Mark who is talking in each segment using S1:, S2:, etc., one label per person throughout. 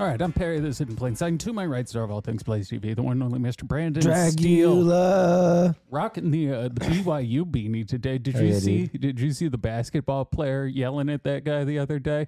S1: All right, I'm Perry. This is in plain sight. And to my right, star of all things, Blaze TV, the one and only Mr. Brandon Steele,
S2: Dragula.
S1: rocking the uh, the BYU beanie today. Did
S2: Oh,
S1: you
S2: yeah,
S1: see? Did you see the basketball player yelling at that guy the other day?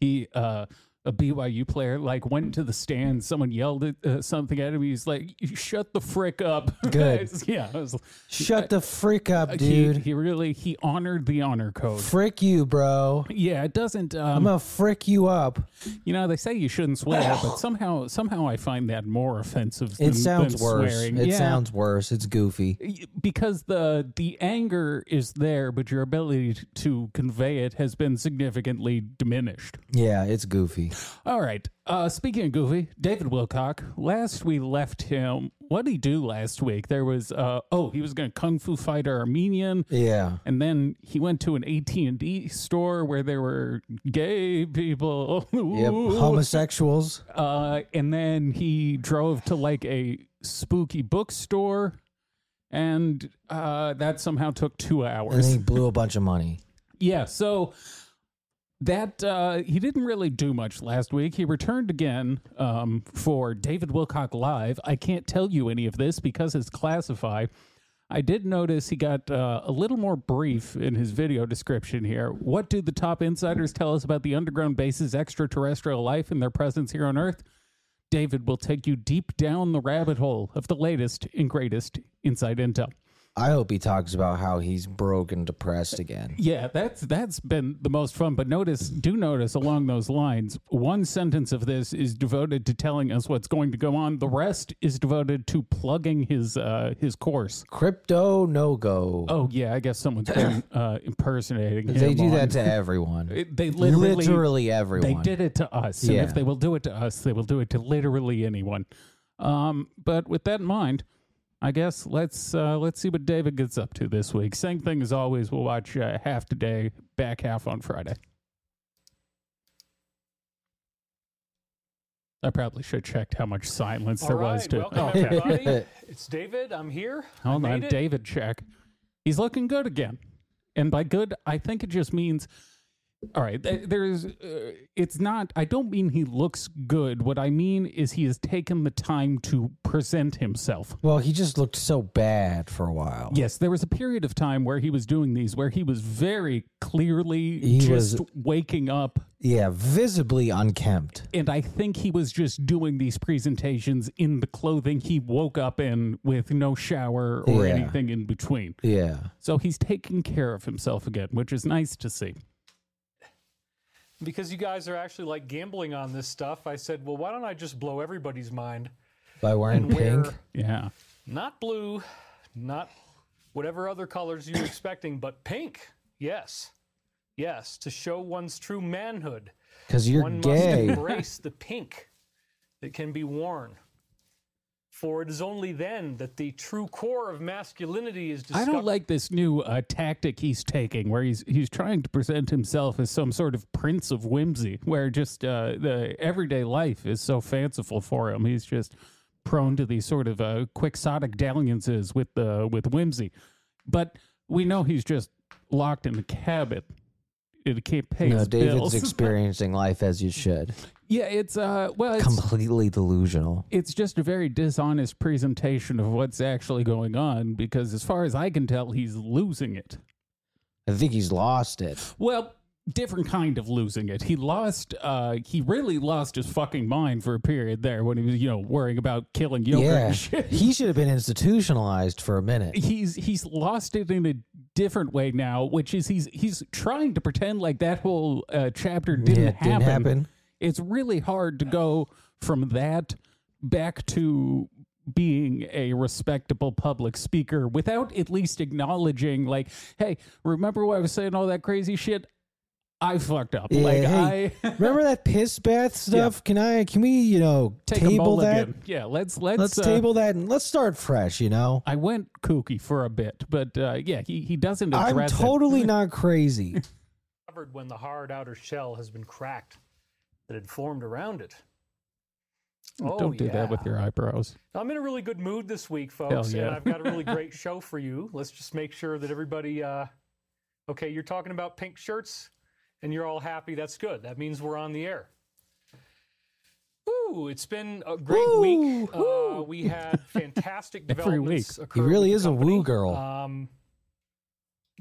S1: He uh, a BYU player like went to the stand. Someone yelled at, uh, something at him. He's like, "You shut the frick up!"
S2: Good.
S1: yeah. I was,
S2: Shut the frick up,
S1: he,
S2: dude.
S1: he really he honored the honor code.
S2: Frick you, bro.
S1: Yeah, it doesn't.
S2: I'm
S1: Um,
S2: gonna frick you up.
S1: you know, they say you shouldn't swear, but somehow, somehow, I find that more offensive. than,
S2: It sounds
S1: than
S2: worse.
S1: Swearing.
S2: It
S1: Yeah.
S2: sounds worse. It's goofy.
S1: because the the anger is there, but your ability t- to convey it has been significantly diminished.
S2: Yeah, it's goofy.
S1: All right. Uh, speaking of Goofy, David Wilcock. Last we left him, what did he do last week? There was uh, oh, he was going to kung fu fight an Armenian.
S2: Yeah.
S1: And then he went to an AT and D store where there were gay people.
S2: Yep.
S1: Ooh.
S2: Homosexuals.
S1: Uh, and then he drove to like a spooky bookstore, and uh, that somehow took two
S2: And
S1: hours.
S2: then he blew a bunch of money.
S1: yeah, so that uh, he didn't really do much last week. He returned again um, for David Wilcock Live. I can't tell you any of this because it's classified. I did notice he got uh, a little more brief in his video description here. What do the top insiders tell us about the underground base's extraterrestrial life and their presence here on Earth? David will take you deep down the rabbit hole of the latest and greatest inside intel.
S2: I hope he talks about how he's broke and depressed again.
S1: Yeah, that's that's been the most fun. But notice, do notice along those lines, one sentence of this is devoted to telling us what's going to go on. The rest is devoted to plugging his uh, his course.
S2: Crypto no go.
S1: Oh yeah, I guess someone's been uh, impersonating. Him
S2: they do
S1: on-
S2: that to everyone.
S1: It- They
S2: Literally,
S1: literally, they
S2: everyone.
S1: did it to us. And
S2: Yeah.
S1: if they will do it to us, they will do it to literally anyone. Um, but with that in mind, I guess let's uh, let's see what David gets up to this week. Same thing as always. We'll watch uh, half today, back half on Friday. I probably should have checked how much silence
S3: All
S1: there
S3: right,
S1: was. To
S3: welcome
S1: Oh, okay.
S3: everybody. it's David. I'm here. I
S1: Hold
S3: made
S1: on,
S3: it.
S1: David check. He's looking good again. And by good, I think it just means all right, th- there's uh, it's not I don't mean he looks good. What I mean is he has taken the time to present himself.
S2: Well, he just looked so bad for a while.
S1: Yes, there was a period of time where he was doing these where he was very clearly
S2: He
S1: just
S2: was-
S1: waking up
S2: Yeah, visibly unkempt.
S1: and I think he was just doing these presentations in the clothing he woke up in with no shower or
S2: Yeah.
S1: anything in between.
S2: Yeah.
S1: So he's taking care of himself again, which is nice to see.
S3: Because you guys are actually like gambling on this stuff, I said, well, why don't I just blow everybody's mind
S2: By wearing
S3: and wear
S2: pink.
S1: Yeah.
S3: not blue, not whatever other colors you're expecting, but pink. Yes. Yes. To show one's true manhood.
S2: Because you're
S3: One must
S2: gay.
S3: embrace the pink that can be worn. For it is only then that the true core of masculinity is discovered.
S1: I don't like this new uh, tactic he's taking, where he's he's trying to present himself as some sort of prince of whimsy, where just uh, the everyday life is so fanciful for him. He's just prone to these sort of uh, quixotic dalliances with uh, with whimsy. But we know he's just locked in a cabin. It can't pay
S2: no,
S1: his
S2: David's
S1: bills.
S2: experiencing life as you should.
S1: yeah, it's uh, well, it's,
S2: Completely delusional.
S1: it's just a very dishonest presentation of what's actually going on because as far as i can tell he's losing it
S2: I think he's lost it.
S1: well different kind of losing it he lost uh he really lost his fucking mind for a period there when he was you know worrying about killing yogurt
S2: yeah.
S1: and shit
S2: He should have been institutionalized for a minute.
S1: he's he's lost it in a different way now which is he's he's trying to pretend like that whole uh, chapter didn't,
S2: yeah, it didn't happen.
S1: it's really hard to go from that back to being a respectable public speaker without at least acknowledging like hey remember what i was saying all that crazy shit I fucked up.
S2: Yeah,
S1: like
S2: hey,
S1: I
S2: remember that piss bath stuff? Can I? Can we? You know,
S1: take a
S2: table that.
S1: mulligan. Yeah, let's let's,
S2: Let's
S1: uh,
S2: table that and let's start fresh. You know,
S1: I went kooky for a bit, but uh, yeah, he, he doesn't
S2: I'm
S1: address it.
S2: totally not crazy.
S3: Covered when the hard outer shell has been cracked that had formed around it. Oh,
S1: Don't do
S3: yeah.
S1: that with your eyebrows.
S3: I'm in a really good mood this week, folks,
S1: yeah.
S3: and I've got a really great show for you. Let's just make sure that everybody. Uh, okay, you're talking about pink shirts, and you're all happy. That's good. That means we're on the air. Ooh, it's been a great week. Uh, we had fantastic
S1: Every week.
S3: developments.
S1: He
S2: He
S3: occur
S2: really
S3: with
S2: is
S3: the
S2: a woo
S3: company.
S2: girl.
S3: Um,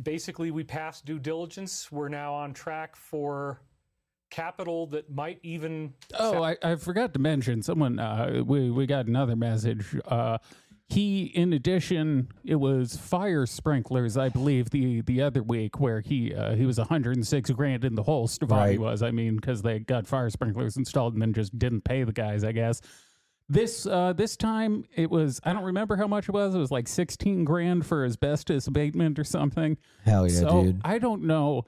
S3: basically, we passed due diligence. We're now on track for capital that might even.
S1: Oh, I, I forgot to mention someone. Uh, we we got another message. Uh, he, in addition, it was fire sprinklers, I believe, the the other week where he uh, he was 106 grand in the hole. Stefani
S2: Right.
S1: was, I mean, because they got fire sprinklers installed and then just didn't pay the guys, I guess. This uh, this time it was I don't remember how much it was. It was like 16 grand for asbestos abatement or something.
S2: Hell yeah,
S1: so
S2: dude.
S1: I don't know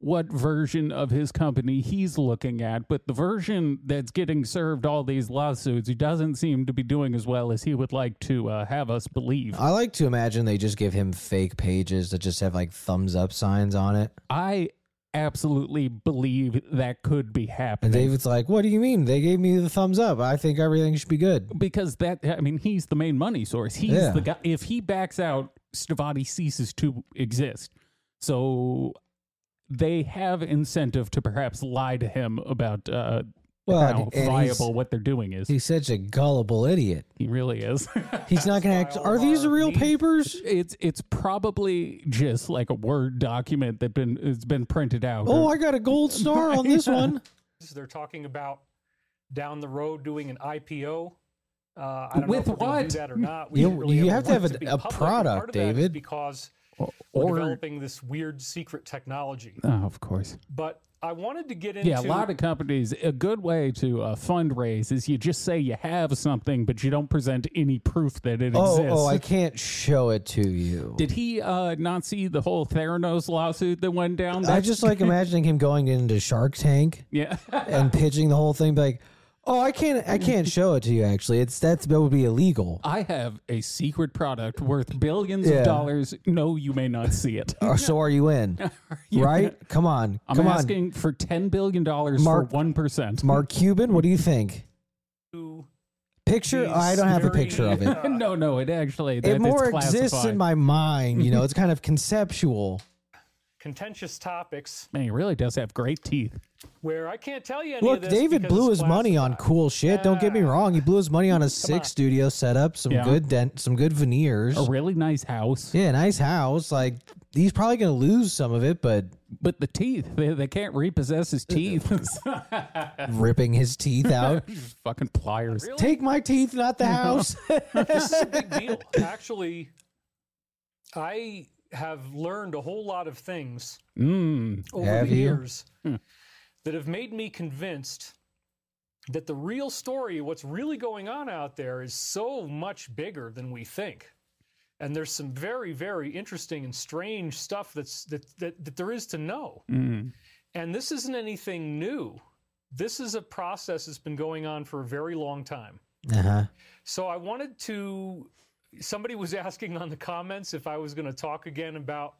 S1: what version of his company he's looking at, but the version that's getting served all these lawsuits, he doesn't seem to be doing as well as he would like to uh, have us believe.
S2: I like to imagine they just give him fake pages that just have like thumbs up signs on it.
S1: I absolutely believe that could be happening.
S2: And David's like, "What do you mean? They gave me the thumbs up. I think everything should be good."
S1: because that I mean he's the main money source. He's
S2: Yeah.
S1: the guy. If he backs out, Stavati ceases to exist. So they have incentive to perhaps lie to him about uh,
S2: Well,
S1: how
S2: and- and he's-
S1: viable what they're doing is.
S2: He's such a gullible idiot.
S1: He really is.
S2: He's not going to act.
S3: why all
S2: Are
S3: of
S2: these
S3: our
S2: real
S3: needs-
S2: papers?
S1: it's it's probably just like a word document that been it's been printed out.
S2: Oh,
S1: or-
S2: I got a gold star on this one.
S3: They're talking about down the road doing an IPO. Uh, I don't
S1: With
S3: know if we're gonna
S1: what?
S3: Do that or not?
S2: You-
S3: didn't
S2: you
S3: ever
S2: have to
S3: want
S2: have
S3: it
S2: a-
S3: be
S2: a
S3: public, and
S2: product,
S3: part of that is
S2: David.
S3: Because we're
S1: or
S3: developing this weird secret technology.
S1: oh, of course.
S3: But I wanted to get into
S1: Yeah, a lot of companies. A good way to uh, fundraise is you just say you have something, but you don't present any proof that it
S2: Oh,
S1: exists.
S2: oh, I can't show it to you.
S1: Did he uh, not see the whole Theranos lawsuit that went down?
S2: I
S1: That's-
S2: just like imagining him going into Shark Tank
S1: yeah.
S2: and pitching the whole thing, be like, "Oh, I can't, I can't show it to you. Actually, it's that's that would be illegal."
S1: I have a secret product worth billions
S2: Yeah.
S1: of dollars. No, you may not see it.
S2: Or Uh, so are you in? Right? Come on,
S1: I'm
S2: come on,
S1: asking for ten billion dollars for
S2: Mark-
S1: one percent.
S2: Mark Cuban. What do you think?
S3: to
S2: Picture? I don't have a picture of it.
S1: no, no, it actually that
S2: It
S1: is
S2: more exists
S1: classified.
S2: in my mind. You know, it's kind of conceptual.
S3: contentious topics
S1: Man, he really does have great teeth.
S3: where I can't tell you any of
S2: Look,
S3: this
S2: David
S3: because
S2: blew
S3: it's
S2: his money on
S3: classified.
S2: cool shit. Don't get me wrong; he blew his money on a
S3: on.
S2: six studio setup, some
S1: Yeah.
S2: good dent, some good veneers.
S1: A really nice house,
S2: Yeah, nice house. Like he's probably gonna lose some of it, but
S1: but the teeth—they they can't repossess his teeth.
S2: ripping his teeth out.
S1: Just fucking pliers.
S2: Take my teeth, not the house. Uh-huh.
S3: this is a big deal. Actually, I have learned a whole lot of things
S1: Mm.
S3: over
S2: Have
S3: the
S2: you?
S3: years that have made me convinced that the real story, what's really going on out there, is so much bigger than we think. And there's some very, very interesting and strange stuff that's that that, that there is to know.
S1: Mm.
S3: And this isn't anything new. This is a process that's been going on for a very long time.
S2: uh-huh.
S3: So I wanted to. Somebody was asking on the comments if I was going to talk again about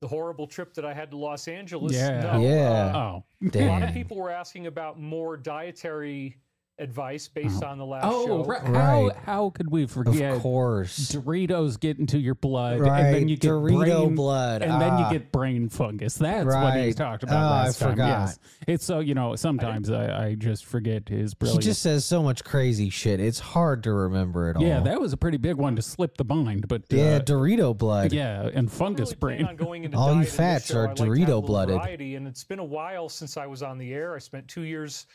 S3: the horrible trip that I had to Los Angeles.
S1: Yeah.
S3: No, uh,
S2: Yeah.
S1: Oh,
S3: a lot of
S2: Damn.
S3: people were asking about more dietary advice based on the last show.
S1: oh, right. How
S2: Right.
S1: how could we
S2: Of
S1: forget?
S2: course.
S1: Doritos get into your blood, and
S2: Right,
S1: then you get
S2: Dorito
S1: brain,
S2: blood,
S1: and then
S2: ah.
S1: you get brain fungus. That's what he
S2: Right.
S1: talked
S2: Ah,
S1: about
S2: I
S1: last time.
S2: forgot.
S1: Yes, it's so you know. Sometimes I, I just forget his
S2: He
S1: brilliance.
S2: just says so much crazy shit. It's hard to remember it all.
S1: yeah, that was a pretty big one to slip the mind, but uh,
S2: Oh. yeah, Dorito blood.
S1: yeah, and fungus
S3: really plan
S1: brain.
S3: on going into
S2: All you
S3: diet in this
S2: fats
S3: show.
S2: are
S3: I like to have a little
S2: Dorito-blooded.
S3: variety, and it's been a while since I was on the air. I spent two years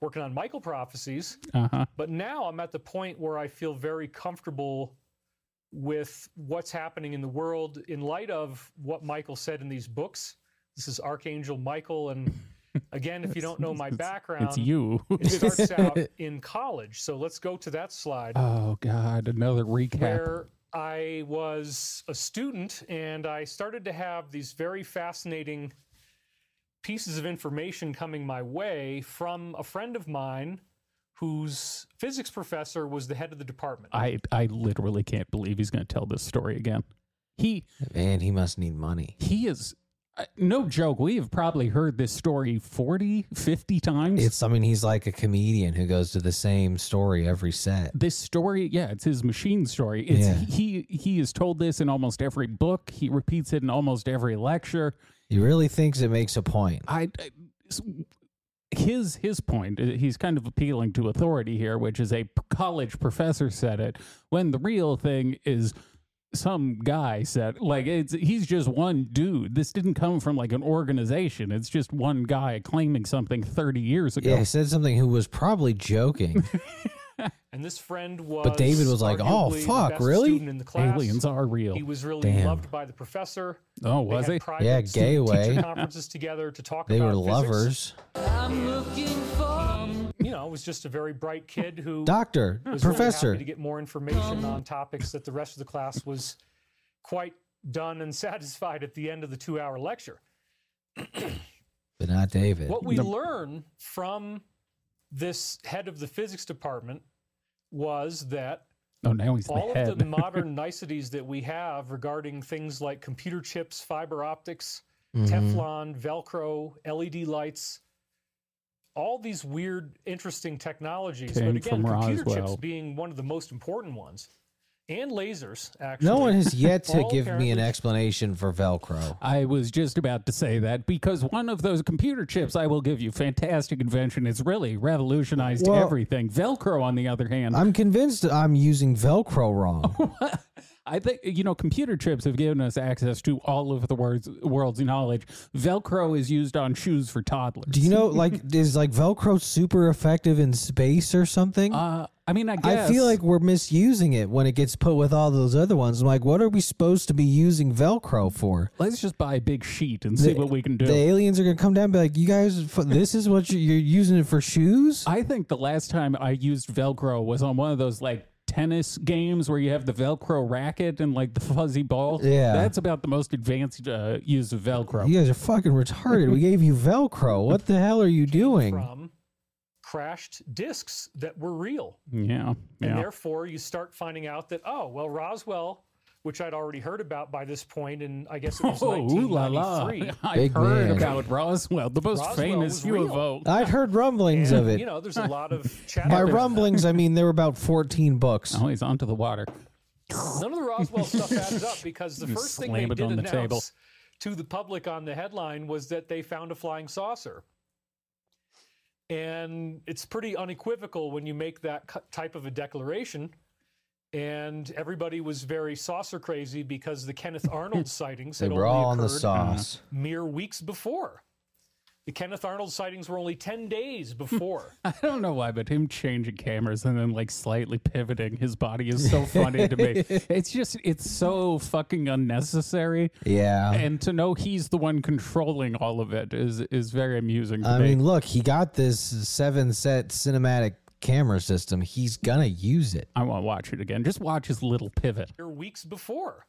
S3: working on Michael prophecies,
S1: Uh-huh.
S3: but now I'm at the point where I feel very comfortable with what's happening in the world in light of what Michael said in these books. This is Archangel Michael, and again, if you don't know my background,
S1: It's you.
S3: it starts out in college. So let's go to that slide
S1: oh God, another recap.
S3: where I was a student and I started to have these very fascinating pieces of information coming my way from a friend of mine whose physics professor was the head of the department.
S2: Uh,
S1: I I literally can't believe he's going to tell this story again. He
S2: Man, he must need money.
S1: he is uh, no joke. We have probably heard this story 40, 50 times.
S2: It's I mean he's like a comedian who goes to the same story every set.
S1: this story, yeah, it's his machine story. It's
S2: Yeah.
S1: he he is told this in almost every book. He repeats it in almost every lecture.
S2: He really thinks it makes a point.
S1: I, I- s- his his point uh, he's kind of appealing to authority here which is a p- college professor said it when the real thing is some guy said like it's he's just one dude this didn't come from like an organization it's just one guy claiming something 30 years ago
S2: Yeah, he said something who was probably joking.
S3: and this friend was.
S2: But David was like, "Oh,
S3: arguably the
S2: fuck,
S3: best
S2: really?"
S3: Student in the class.
S1: aliens are real
S3: He was really
S2: Damn. Uh,
S3: loved by the professor.
S1: oh
S3: They
S1: was
S3: had
S1: he
S3: private
S2: Yeah,
S3: student
S2: gay
S3: teacher
S2: way.
S3: conferences together to talk
S2: They
S3: about
S2: were
S3: physics.
S2: lovers.
S3: You know, was just a very bright kid who
S2: Doctor,
S3: was really
S2: professor.
S3: happy to get more information on topics that the rest of the class was quite done and satisfied at the end of the two-hour lecture.
S2: but not David.
S3: What we learn from this head of the physics department was that
S1: oh now he's the
S3: all
S1: head
S3: of the modern niceties that we have regarding things like computer chips, fiber optics,
S1: Mm-hmm.
S3: Teflon, Velcro, LED lights, all these weird, interesting technologies.
S1: Came
S3: but again,
S1: from
S3: computer
S1: Roswell.
S3: chips being one of the most important ones, and lasers, actually.
S2: no one has yet to
S3: all
S2: give me an
S3: apparently-
S2: explanation for Velcro.
S1: I was just about to say that because one of those computer chips, I will give you, fantastic invention. It's really revolutionized
S2: Well-
S1: everything. Velcro, on the other hand,
S2: I'm convinced that I'm using Velcro
S3: Oh,
S2: wrong.
S1: I think you know computer chips have given us access to all of the world's world's knowledge. Velcro is used on shoes for toddlers.
S2: Do you know, like, is like Velcro super effective in space or something?
S1: Uh, I mean, I guess
S2: I feel like we're misusing it when it gets put with all those other ones. I'm like, what are we supposed to be using Velcro for?
S1: let's just buy a big sheet and see what we can do.
S2: The aliens are gonna come down and be like, you guys, f- this is what you're, you're using it for shoes.
S1: I think the last time I used Velcro was on one of those like tennis games where you have the Velcro racket and like the fuzzy ball.
S2: Yeah.
S1: that's about the most advanced uh, use of Velcro.
S2: You guys are fucking retarded. we gave you Velcro. What the hell are you doing?
S3: From crashed discs that were real.
S1: Yeah,
S3: And
S1: yeah.
S3: therefore, you start finding out that, oh, well, Roswell, which I'd already heard about by this point, and I guess it was
S1: Oh, ooh la la!
S3: 1993.
S1: I
S2: Big
S1: heard
S2: man.
S1: about Roswell, the most
S3: Roswell
S1: famous
S3: was real.
S1: UFO.
S2: I'd heard rumblings
S3: And,
S2: of it.
S3: You know, there's a lot of chat.
S2: By
S3: out there.
S2: rumblings, I mean there were about 14 books.
S3: Uh-huh.
S1: Oh, he's onto the water.
S3: None of the Roswell stuff adds up because the
S1: You
S3: first thing they
S1: slam it
S3: did
S1: on the
S3: announce
S1: table.
S3: to the public on the headline was that they found a flying saucer. And it's pretty unequivocal when you make that cu- type of a declaration. And everybody was very saucer crazy because the Kenneth Arnold sightings
S2: They
S3: had
S2: were
S3: only
S2: all on the
S3: occurred uh-huh.
S2: sauce.
S3: mere weeks before. The Kenneth Arnold sightings were only 10 days before.
S1: I don't know why, but him changing cameras and then like slightly pivoting his body is so funny to me. It's just, it's so fucking unnecessary.
S2: Yeah.
S1: and to know he's the one controlling all of it is is very amusing to
S2: I
S1: me.
S2: mean, look, he got this seven set cinematic camera system. He's gonna use it.
S1: I want to watch it again. Just watch his little pivot.
S3: mere weeks before.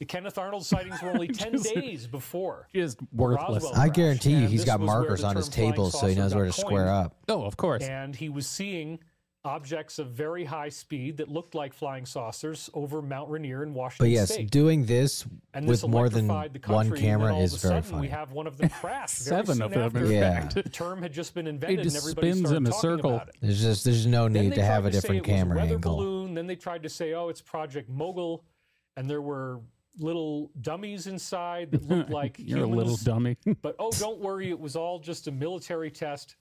S3: The Kenneth Arnold sightings were only 10 days before.
S1: Just worthless.
S3: Roswell.
S2: I
S3: Crash,
S2: guarantee you,
S3: and
S2: he's
S3: this
S2: got
S3: was where
S2: markers
S3: the
S2: on his
S3: term flying
S2: tables so he
S3: saucer
S2: knows
S3: got
S2: where to square
S3: coined.
S2: up.
S1: Oh, of course.
S3: And he was seeing objects of very high speed that looked like flying saucers over Mount Rainier in Washington
S2: But yes,
S3: State.
S2: doing this
S3: and this
S2: with more than
S3: electrified the country,
S2: one
S3: and then
S2: camera
S3: all
S2: is
S3: of a
S2: very
S3: sudden
S2: funny.
S3: We have one of them crash. very
S1: Seven
S3: soon
S1: of them,
S3: after.
S1: in
S2: Yeah.
S1: fact.
S3: The term had just been invented,
S1: just
S3: and everybody
S1: spins
S3: started
S1: in a
S3: talking
S1: circle.
S3: about it.
S2: there's just there's no
S3: Then
S2: need
S3: they
S2: to have
S3: tried
S2: a
S3: say
S2: different
S3: it was a
S2: camera
S3: weather
S2: angle.
S3: Balloon. Then they tried to say, "Oh, it's Project Mogul," and there were little dummies inside that looked like
S1: You're a little
S3: humans.
S1: dummy.
S3: But oh, don't worry, it was all just a military test.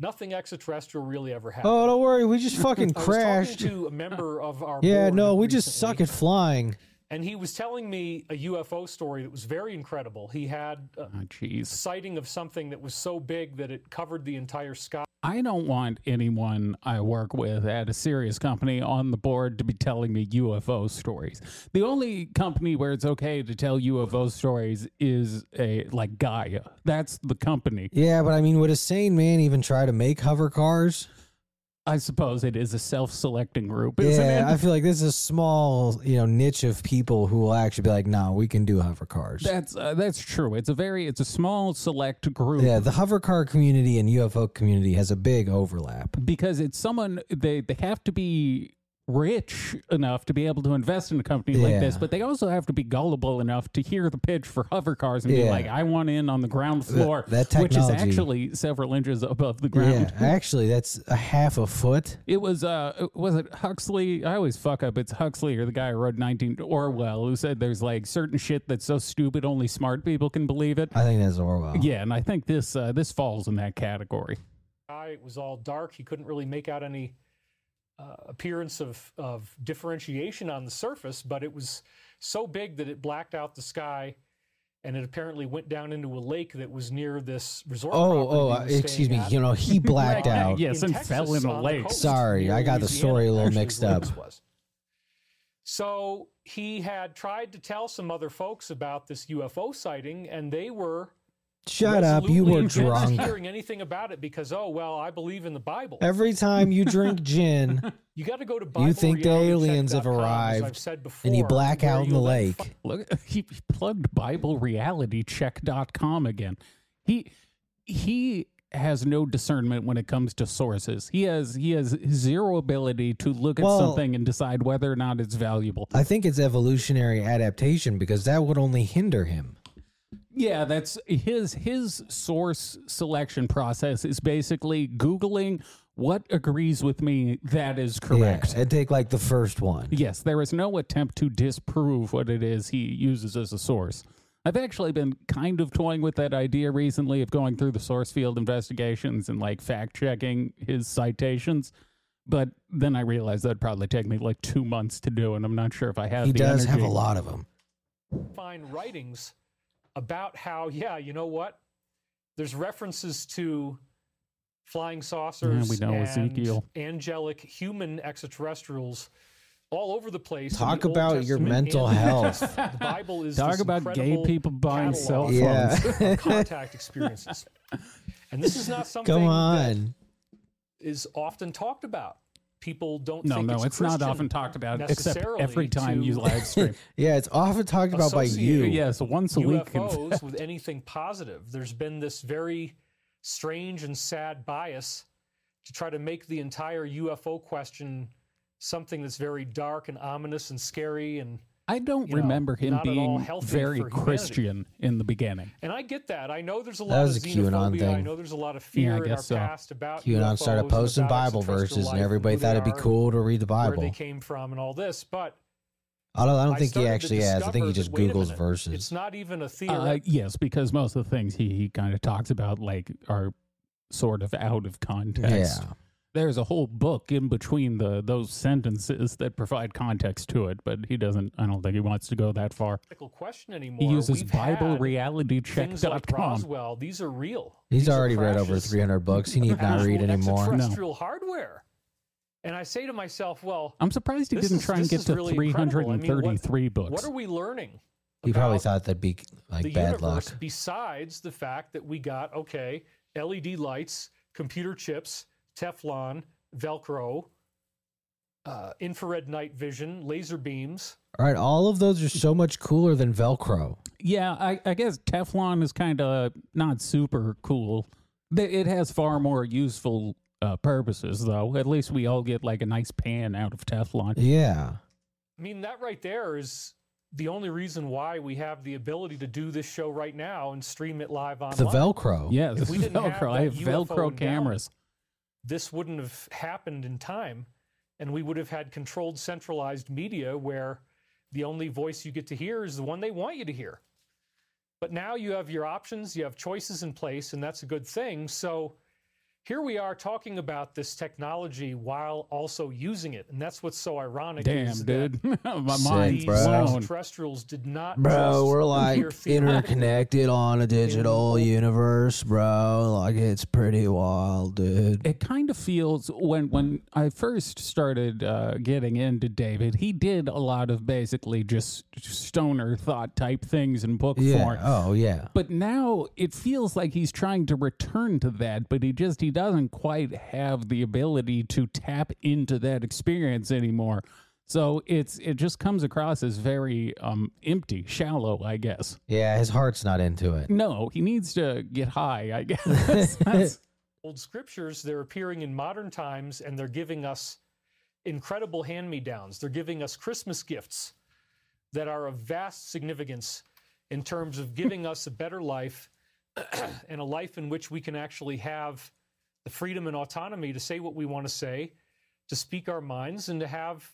S3: Nothing extraterrestrial really ever happened.
S2: Oh, don't worry, we just fucking
S3: I was talking
S2: crashed.
S3: to a member of our
S2: Yeah,
S3: board
S2: no, we just
S3: recently,
S2: suck at flying.
S3: And he was telling me a UFO story that was very incredible. He had a
S1: Oh, Jeez.
S3: sighting of something that was so big that it covered the entire sky.
S1: I don't want anyone I work with at a serious company on the board to be telling me UFO stories. The only company where it's okay to tell UFO stories is a like Gaia. That's the company.
S2: Yeah, but I mean, would a sane man even try to make hover cars?
S1: I suppose it is a self-selecting group. It's an
S2: Yeah,
S1: end-
S2: I feel like this is a small, you know, niche of people who will actually be like, "No, we can do hover cars."
S1: that's uh, that's true. It's a very it's a small select group.
S2: yeah, the hover car community and UFO community has a big overlap.
S1: because it's someone they they have to be rich enough to be able to invest in a company like this
S2: Yeah.
S1: but they also have to be gullible enough to hear the pitch for hover cars and be
S2: Yeah.
S1: like i want in on the ground floor
S2: that
S1: which is
S2: technology-
S1: actually several inches above the
S2: Yeah,
S1: ground
S2: actually, that's a half a foot.
S1: it was uh was it huxley i always fuck up it's huxley or the guy who wrote 19 orwell who said there's like certain shit that's so stupid only smart people can believe it
S2: I think that's Orwell.
S1: yeah and i think this uh, this falls in that category
S3: guy. It was all dark. He couldn't really make out any uh, appearance of, of differentiation on the surface, but it was so big that it blacked out the sky. And it apparently went down into a lake that was near this resort.
S2: Oh, oh,
S3: property
S2: uh,
S3: he was staying
S2: excuse me.
S3: at.
S2: You know, he blacked
S3: Right.
S2: out.
S1: Yes, and fell in a
S3: on the
S1: lake.
S3: coast
S2: Sorry,
S3: near
S2: I got the
S3: Louisiana,
S2: story a little
S3: actually,
S2: mixed
S3: is where
S2: up.
S3: this was. So he had tried to tell some other folks about this UFO sighting, and they were
S2: Shut up. You were
S3: resolutely against
S2: drunk.
S3: Hearing anything about it because oh well, I believe in the Bible.
S2: Every time you drink gin
S3: You got to go to Bible
S2: You think the aliens have
S3: As I've
S2: arrived,
S3: said before,
S2: and you black
S3: where
S2: out in the
S3: you'll then
S2: lake,
S1: Look, he he plugged BibleRealityCheck.com again. He he has no discernment when it comes to sources. He has he has zero ability to look at
S2: Well-
S1: something and decide whether or not it's valuable.
S2: I think it's evolutionary adaptation because that would only hinder him.
S1: Yeah, that's his his source selection process is basically googling what agrees with me that is correct.
S2: Yeah, and take like the first one.
S1: Yes, there is no attempt to disprove what it is he uses as a source. I've actually been kind of toying with that idea recently of going through the source field investigations and like fact checking his citations. But then I realized that'd probably take me like two months to do, and I'm not sure if I have
S2: He
S1: the
S2: does
S1: energy.
S2: have a lot of them.
S3: find writings about how yeah, you know what? There's references to flying saucers,
S1: we know
S3: and
S1: Ezekiel.
S3: angelic human extraterrestrials all over the place. in
S2: Talk
S3: the Old
S2: about your
S3: Testament
S2: mental
S3: and the New
S2: health.
S3: Testament. The Bible is
S1: Talk
S3: this
S1: about gay
S3: incredible
S1: people buying cell
S3: catalog
S2: phones. Yeah.
S3: of contact experiences. And this is not something
S2: Come
S3: that
S2: on.
S3: is often talked about. People don't.
S1: No,
S3: think
S1: no,
S3: it's,
S1: it's, not
S3: Christian
S1: often talked about, except
S3: necessarily
S1: every time
S3: to
S1: you live stream.
S2: Yeah, it's often talked about by
S3: Associate-
S2: you.
S1: yes, once a week.
S3: UFOs with anything positive. There's been this very strange and sad bias to try to make the entire UFO question something that's very dark and ominous and scary and
S1: I don't
S3: you know,
S1: remember him
S3: not at all
S1: being
S3: healthy
S1: very
S3: for humanity.
S1: Christian in the beginning.
S3: And I get that. I know there's a
S2: That
S3: lot of
S2: was a QAnon
S3: xenophobia. I
S2: thing.
S3: know there's a lot of
S1: Yeah, I
S3: fear in our
S1: guess so.
S3: past about
S2: QAnon
S3: UFOs
S2: started
S3: and
S2: posting
S3: about
S2: Bible
S3: extraterrestrial
S2: verses,
S3: life
S2: and everybody
S3: who
S2: thought
S3: they
S2: it'd be
S3: are,
S2: cool to read the
S3: Where they
S2: Bible.
S3: came from and all this, but
S2: I don't, I don't
S3: I
S2: think he
S3: started to
S2: actually has. I think he
S3: discover
S2: just
S3: that, wait a
S2: Googles
S3: minute, It's
S2: verses.
S3: not even a theory.
S1: Uh, yes, because most of the things he, he kind of talks about like are sort of out of context.
S2: Yeah.
S1: There's a whole book in between the those sentences that provide context to it, but he doesn't I don't think he wants to go that far.
S3: ethical question
S1: He
S3: anymore.
S1: uses
S3: We've
S1: Bible
S3: had
S1: reality
S3: things like
S1: check.com.
S3: Roswell. These are real.
S2: He's
S3: These are
S2: already read over
S3: crashes
S2: 300 books. He
S3: of
S2: need not
S3: actual
S2: read anymore.
S3: Extraterrestrial hardware. And I say to myself, well,
S1: I'm surprised he
S3: this
S1: didn't
S3: is-
S1: try and
S3: this
S1: get
S3: is
S1: to
S3: really incredible. I mean,
S1: 333
S3: what,
S1: books.
S3: What are we learning?
S2: He probably
S3: about
S2: thought that'd be like
S3: the
S2: bad luck.
S3: universe besides the fact that we got okay led lights computer chips teflon velcro uh, infrared night vision laser beams
S2: All right, all of those are so much cooler than Velcro.
S1: Yeah, I, I guess Teflon is kind of not super cool. Th- It has far more useful uh, purposes, though. At least we all get like a nice pan out of Teflon.
S2: Yeah.
S3: i mean that right there is the only reason why we have the ability to do this show right now and stream it live online
S2: The Velcro.
S1: Yeah,
S3: If
S1: this
S3: we
S1: is
S3: didn't have
S1: Velcro. I
S3: that
S1: have
S3: UFO
S1: Velcro
S3: endowment,
S1: cameras.
S3: this wouldn't have happened in time and we would have had controlled centralized media where the only voice you get to hear is the one they want you to hear but now you have your options you have choices in place and that's a good thing so here we are talking about this technology while also using it and that's what's so ironic
S1: Damn,
S3: is that
S1: dude. My
S2: Sick,
S1: mind's
S2: bro.
S1: blown.
S3: extraterrestrials did not
S2: Bro,
S3: just
S2: we're
S3: appear
S2: like
S3: theoretically.
S2: interconnected on a digital universe, bro. Like it's pretty wild, dude.
S1: It kind of feels when when I first started uh, getting into David, he did a lot of basically just stoner thought type things in book
S2: Yeah.
S1: form.
S2: Oh yeah.
S1: But now it feels like he's trying to return to that, but he just he doesn't quite have the ability to tap into that experience anymore. So it's it just comes across as very um, empty, shallow, I guess.
S2: Yeah, his heart's not into it.
S1: No, he needs to get high, I guess. That's-
S3: old scriptures, they're appearing in modern times and they're giving us incredible hand me downs. They're giving us Christmas gifts that are of vast significance in terms of giving us a better life and a life in which we can actually have the freedom and autonomy to say what we want to say, to speak our minds, and to have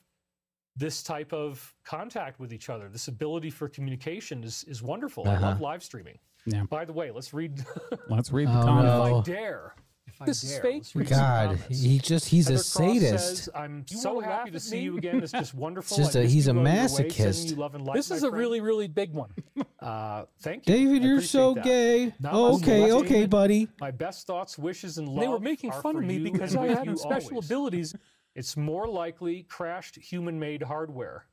S3: this type of contact with each other. This ability for communication is, is wonderful. I love live streaming.
S1: Yeah.
S3: By the way, let's read
S1: Let's read the
S2: Oh,
S1: comments.
S2: no.
S3: if I dare. If I
S1: This is
S3: dare,
S1: fake
S3: let's read some
S2: God,
S3: comments.
S2: he just he's
S3: Heather
S2: a
S3: Cross
S2: sadist.
S3: says, I'm
S4: You
S3: so
S4: wanna
S3: happy
S4: laugh
S3: to
S4: at
S3: see
S4: me?
S3: you again. It's just wonderful.
S2: Just
S3: I
S2: a-
S3: miss
S2: he's
S3: you
S2: a
S3: going your way, sending
S2: masochist.
S3: you love and light,
S4: This
S3: my
S4: is a
S3: friend.
S4: really, really big one.
S3: Uh, thank you.
S2: David,
S3: I
S2: you're
S3: appreciate
S2: so
S3: that.
S2: gay.
S3: Not
S2: Oh,
S3: much
S2: okay,
S3: left,
S2: okay,
S3: David.
S2: buddy.
S3: My best thoughts, wishes, and love.
S4: They were making
S3: are
S4: fun
S3: for
S4: of me
S3: you
S4: because
S3: and
S4: I
S3: with
S4: had
S3: you
S4: special
S3: always.
S4: abilities.
S3: It's more likely crashed human-made hardware.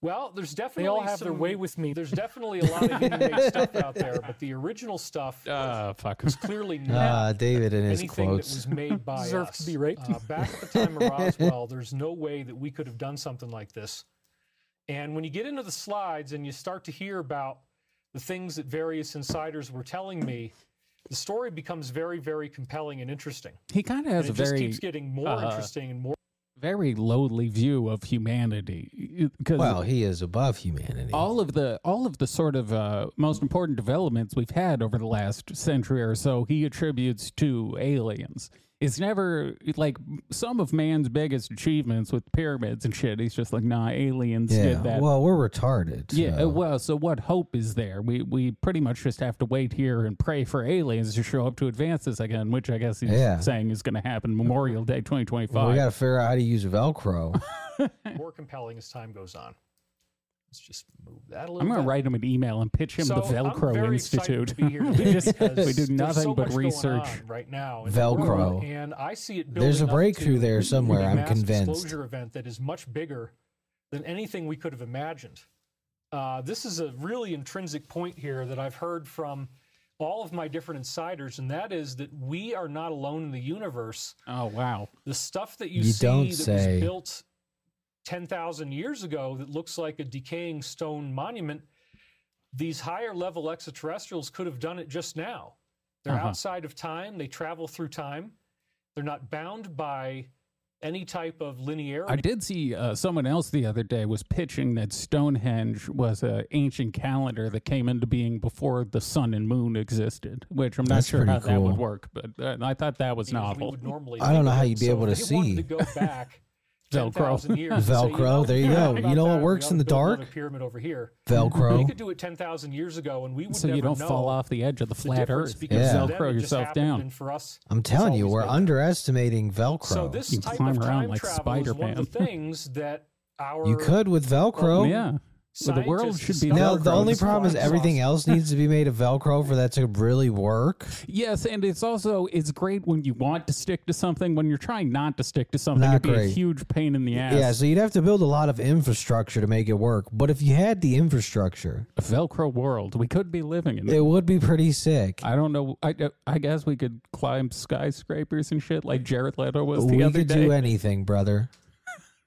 S3: Well, there's definitely
S4: They all have their
S3: some-
S4: way with me.
S3: There's definitely a lot of human-made stuff out there, but the original stuff
S1: Ah, fuck.
S3: was clearly not
S2: Ah, David and his
S3: anything that
S2: quotes.
S3: was made by
S4: Deserved
S3: us.
S4: to be raped.
S3: Uh, back at the time of Roswell, there's no way that we could have done something like this. And when you get into the slides and you start to hear about the things that various insiders were telling me, the story becomes very, very compelling and interesting.
S1: He kind of
S3: And
S1: has
S3: it
S1: a
S3: just
S1: very
S3: keeps getting more
S1: uh,
S3: interesting and more.
S1: very lowly view of humanity because
S2: Well, he is above humanity.
S1: all of the all of the sort of uh, most important developments we've had over the last century or so he attributes to aliens it's never like some of man's biggest achievements with pyramids and shit he's just like nah aliens did
S2: yeah.
S1: that
S2: Well, we're retarded.
S1: yeah uh,
S2: so-
S1: well so what hope is there we we pretty much just have to wait here and pray for aliens to show up to advance this again which i guess he's
S2: Yeah.
S1: saying is going to happen memorial day
S2: Well,
S3: oh,
S1: 2025
S2: we got to figure out how to use Velcro.
S3: more compelling as time goes on. Let's just move that a little
S1: I'm going
S3: bit.
S1: to write him an email and pitch him
S3: So,
S1: the
S3: I'm
S1: Velcro
S3: very excited
S1: Institute.
S3: to be here
S1: we,
S3: today
S1: just,
S3: because
S1: we do
S3: there's so
S1: nothing
S3: much
S1: but
S3: going
S1: research.
S3: on right now. in the world,
S2: Velcro.
S3: and I see it.
S2: There's a
S3: building up
S2: breakthrough
S3: to
S2: there
S3: a
S2: somewhere, I'm
S3: mass
S2: convinced.
S3: Disclosure event that is much bigger than anything we could have imagined. Uh, this is a really intrinsic point here that I've heard from all of my different insiders, and that is that we are not alone in the universe
S1: Oh, wow.
S3: the stuff that you,
S2: You
S3: see
S2: don't
S3: that
S2: say.
S3: was built 10,000 years ago that looks like a decaying stone monument, these higher level extraterrestrials could have done it just now. They're
S1: Uh-huh.
S3: outside of time, they travel through time, they're not bound by any type of linearity.
S1: I did see uh, someone else the other day was pitching that Stonehenge was an ancient calendar that came into being before the sun and moon existed, which I'm not
S2: That's
S1: sure
S2: pretty
S1: how that would
S2: cool.
S1: work, but uh, I thought that was
S3: as we
S1: novel.
S3: would normally
S2: I don't
S3: think
S2: know
S3: of
S2: how
S3: it.
S2: you'd be
S3: So
S2: able to
S3: if they wanted
S2: see.
S3: to go back
S1: Velcro.
S3: 10,000 years and say, you
S2: Velcro,
S3: know,
S2: there you go.
S3: about
S2: You know what
S3: that, we
S2: works
S3: ought
S2: in
S3: to
S2: the
S3: build another
S2: dark?
S3: Pyramid over here. They
S2: Velcro.
S3: could do it 10,000 years ago and we would
S1: So
S3: never
S1: you don't
S3: know.
S1: fall off the edge of the
S3: the
S1: flat
S3: difference
S1: earth.
S3: because
S2: Yeah.
S3: for them, it
S1: Velcro
S3: just
S1: yourself
S3: happened,
S1: down.
S3: and for us,
S2: I'm
S3: it's
S2: telling you,
S3: always
S2: we're
S3: been there.
S2: underestimating Velcro.
S3: So this
S1: You can
S3: type
S1: climb
S3: of
S1: around
S3: time
S1: like
S3: travel is one of the
S1: Spider-Man.
S3: things that our
S2: you could with Velcro.
S1: Yeah. So the world
S3: scientists
S1: should be
S3: discovered
S2: Now,
S1: Velcro
S2: the only
S1: is
S2: problem is
S3: flying
S2: everything
S3: saucer.
S2: else needs to be made of Velcro for that to really work.
S1: Yes, and it's also it's great when you want to stick to something. When you're trying not to stick to something,
S2: Not
S1: it'd be a
S2: great.
S1: huge pain in the ass.
S2: Yeah, so you'd have to build a lot of infrastructure to make it work. But if you had the infrastructure,
S1: a Velcro world. We could be living in.
S2: it would be pretty sick.
S1: I don't know. I, I guess we could climb skyscrapers and shit like Jared Leto was the
S2: we
S1: other
S2: could
S1: day.
S2: do anything, brother.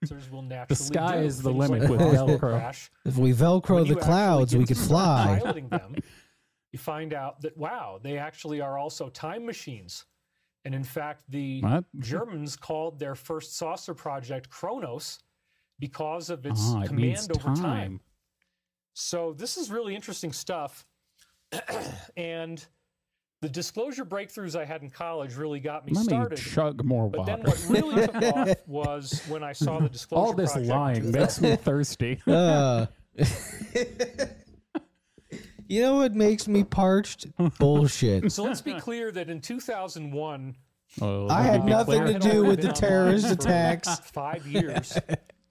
S3: sensors will naturally
S1: sky
S3: do
S1: is the
S3: things
S1: limit
S3: like
S1: with
S3: cause
S1: Velcro.
S3: crash.
S2: If we Velcro
S3: When you
S2: the
S3: actually
S2: clouds,
S3: get
S2: we
S3: to
S2: could
S3: start
S2: fly.
S3: Piloting them, you find out that wow, they actually are also time machines, and in fact, the
S1: What?
S3: Germans called their first saucer project Kronos because of its
S1: Ah, it means
S3: command over
S1: time.
S3: time. So this is really interesting stuff. and the disclosure breakthroughs I had in college really got me
S1: Let
S3: started.
S1: me chug more
S3: but then
S1: water.
S3: what really took off was when I saw the disclosure
S1: All this
S3: project.
S1: lying makes me thirsty.
S2: Uh, you know what makes me parched? Bullshit.
S3: So let's be clear that in 2001,
S1: Oh,
S2: I
S1: let
S2: had
S1: me be
S2: nothing
S1: clear.
S2: to
S3: I've
S2: do
S3: been
S2: with the
S3: online
S2: terrorist
S3: for
S2: attacks.
S3: Five years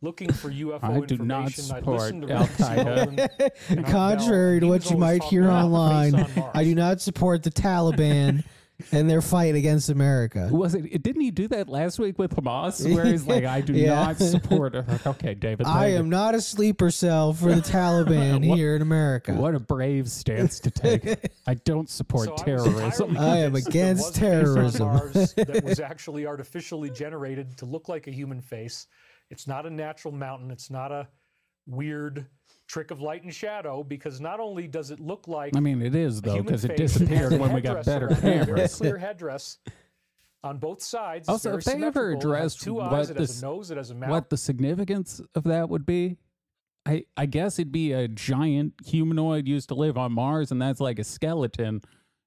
S3: looking for UFO
S1: I do
S3: information.
S1: not
S3: I'd listened
S1: support
S3: to
S1: Al
S3: Rick Snowden, and I'd
S2: Contrary to
S3: know- he
S2: what
S3: was
S2: you
S3: always
S2: might
S3: talking
S2: hear
S3: about the
S2: online,
S3: face on Mars.
S2: I do not support the Taliban in their fight against America.
S1: Was it? Didn't he do that last week with Hamas, where he's like, "I do
S2: Yeah.
S1: not support." Okay, David.
S2: I
S1: thank
S2: am
S1: you.
S2: not a sleeper cell for the Taliban
S1: What-
S2: here in America.
S1: What a brave stance to take. I don't support
S3: So I was
S1: terrorism.
S3: entirely
S2: I am
S3: convinced that there
S2: against
S3: was a face
S2: terrorism.
S3: on Mars that was actually artificially generated to look like a human face. It's not a natural mountain. It's not a weird trick of light and shadow because not only does it look like
S1: I mean, it is
S3: a
S1: though,
S3: human
S1: because it
S3: face, has
S1: disappeared
S3: a
S1: when we got
S3: headdress
S1: better
S3: around it, a very
S1: cameras.
S3: Clear headdress on both sides. It's
S1: Also,
S3: very
S1: if they ever
S3: symmetrical. It has
S1: addressed
S3: two
S1: what
S3: eyes, it
S1: this-
S3: has a nose, it has a mouth.
S1: What the significance of that would be? I I guess it'd be a giant humanoid used to live on Mars, and that's like a skeleton.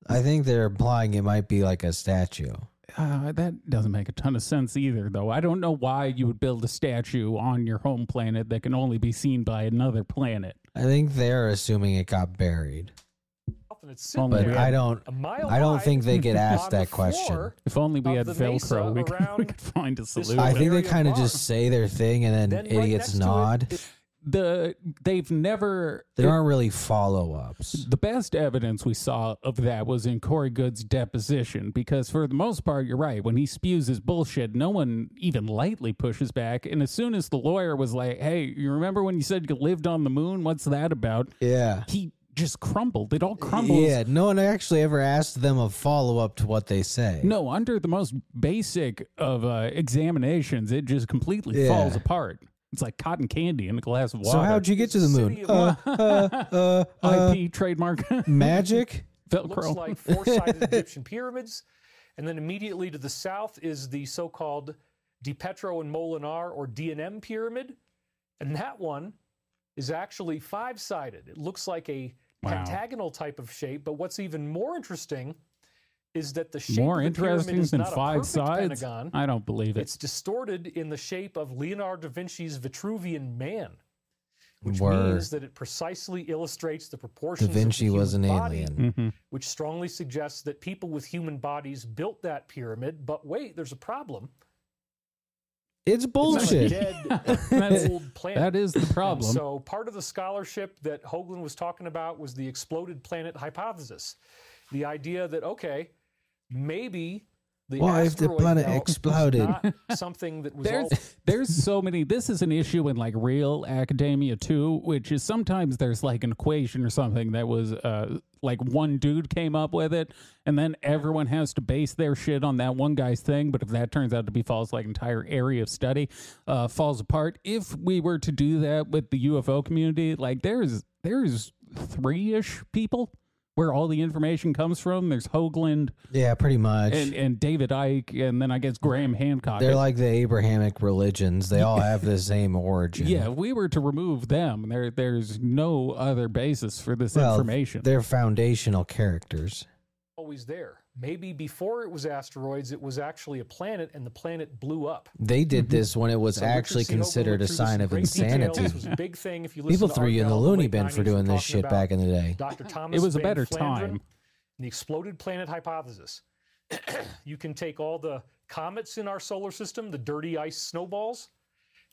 S2: I think they're implying it might be like a statue.
S1: Uh, that doesn't make a ton of sense either, though. I don't know why you would build a statue on your home planet that can only be seen by another planet.
S2: I think they're assuming it got buried,
S3: and it's sitting
S1: Only
S2: but
S1: we
S3: there
S1: had-
S2: I don't.
S3: a mile
S2: I don't
S3: wide
S2: think they get
S3: on
S2: asked
S3: the
S2: that question.
S3: floor.
S1: If only we
S3: Of
S1: had
S3: the mesa
S1: Velcro, we could, we
S3: around
S1: could find a solution.
S2: I think they
S3: area
S2: kind of
S3: bar.
S2: just say their thing and then,
S3: Then right
S2: idiots
S3: next to it
S2: nod.
S3: is-
S1: the they've never
S2: there aren't really follow ups.
S1: The best evidence we saw of that was in Corey Good's deposition, because for the most part, you're right. When he spews his bullshit, no one even lightly pushes back. And as soon as the lawyer was like, hey, you remember when you said you lived on the moon? What's that about?
S2: Yeah.
S1: He just crumbled. It all crumbles.
S2: Yeah, no one actually ever asked them a follow up to what they say.
S1: No, under the most basic of uh, examinations, it just completely
S2: Yeah.
S1: falls apart. It's like cotton candy in a glass of water.
S2: So how'd you get to the moon?
S3: City of
S2: Uh, uh, uh, uh,
S1: IP trademark
S2: magic.
S1: Velcro.
S3: looks like four-sided Egyptian pyramids, and then immediately to the south is the so-called Di Petro and Molinar or D&M pyramid, and that one is actually five-sided. It looks like a
S1: Wow.
S3: pentagonal type of shape, but what's even more interesting is that the shape
S1: More
S3: of the
S1: interesting
S3: pyramid is
S1: than
S3: not a
S1: five
S3: perfect
S1: sides.
S3: pentagon.
S1: I don't believe it.
S3: It's distorted in the shape of Leonardo da Vinci's Vitruvian Man, which
S2: Word.
S3: means that it precisely illustrates the
S2: Da
S3: proportions.
S2: Vinci
S3: of the
S2: was an
S3: human body,
S2: alien.
S1: Mhm.
S3: which strongly suggests that people with human bodies built that pyramid. But wait, there's a problem.
S2: It's
S3: It's on a
S2: bullshit.
S3: dead, old planet.
S1: That is the
S3: And
S1: problem.
S3: so part of the scholarship that Hoagland was talking about was the exploded planet hypothesis, the idea that okay, maybe the
S2: What if the
S3: asteroid
S2: planet
S3: belt was
S2: exploded?
S3: not something that was all-
S1: there's there's so many. This is an issue in like real academia too, which is sometimes there's like an equation or something that was uh like one dude came up with it, and then everyone has to base their shit on that one guy's thing. But if that turns out to be false, like entire area of study uh falls apart. If we were to do that with the UFO community, like there's there's three ish people where all the information comes from. There's Hoagland.
S2: Yeah, pretty much.
S1: and and David Ike, and then I guess Graham Hancock.
S2: They're like the Abrahamic religions. They all have the same origin.
S1: yeah, if we were to remove them, there there's no other basis for this
S2: Well,
S1: information.
S2: They're foundational characters.
S3: always there. Maybe before it was asteroids, it was actually a planet, and the planet blew up.
S2: They did this when it was
S3: So Richard
S2: actually
S3: C. Hoagland
S2: considered a
S3: went through this
S2: sign
S3: in
S2: of
S3: great detail.
S2: insanity.
S3: This was a big thing. If you listen
S2: People
S3: to
S2: threw you in the
S3: Argyle
S2: loony
S3: late
S2: bin for
S3: 90s
S2: doing this
S3: talking
S2: shit
S3: about
S2: back in the day.
S3: Dr. Thomas.
S1: It was a
S3: Van
S1: better
S3: Flandren
S1: time.
S3: and The exploded planet hypothesis. you can take all the comets in our solar system, the dirty ice snowballs.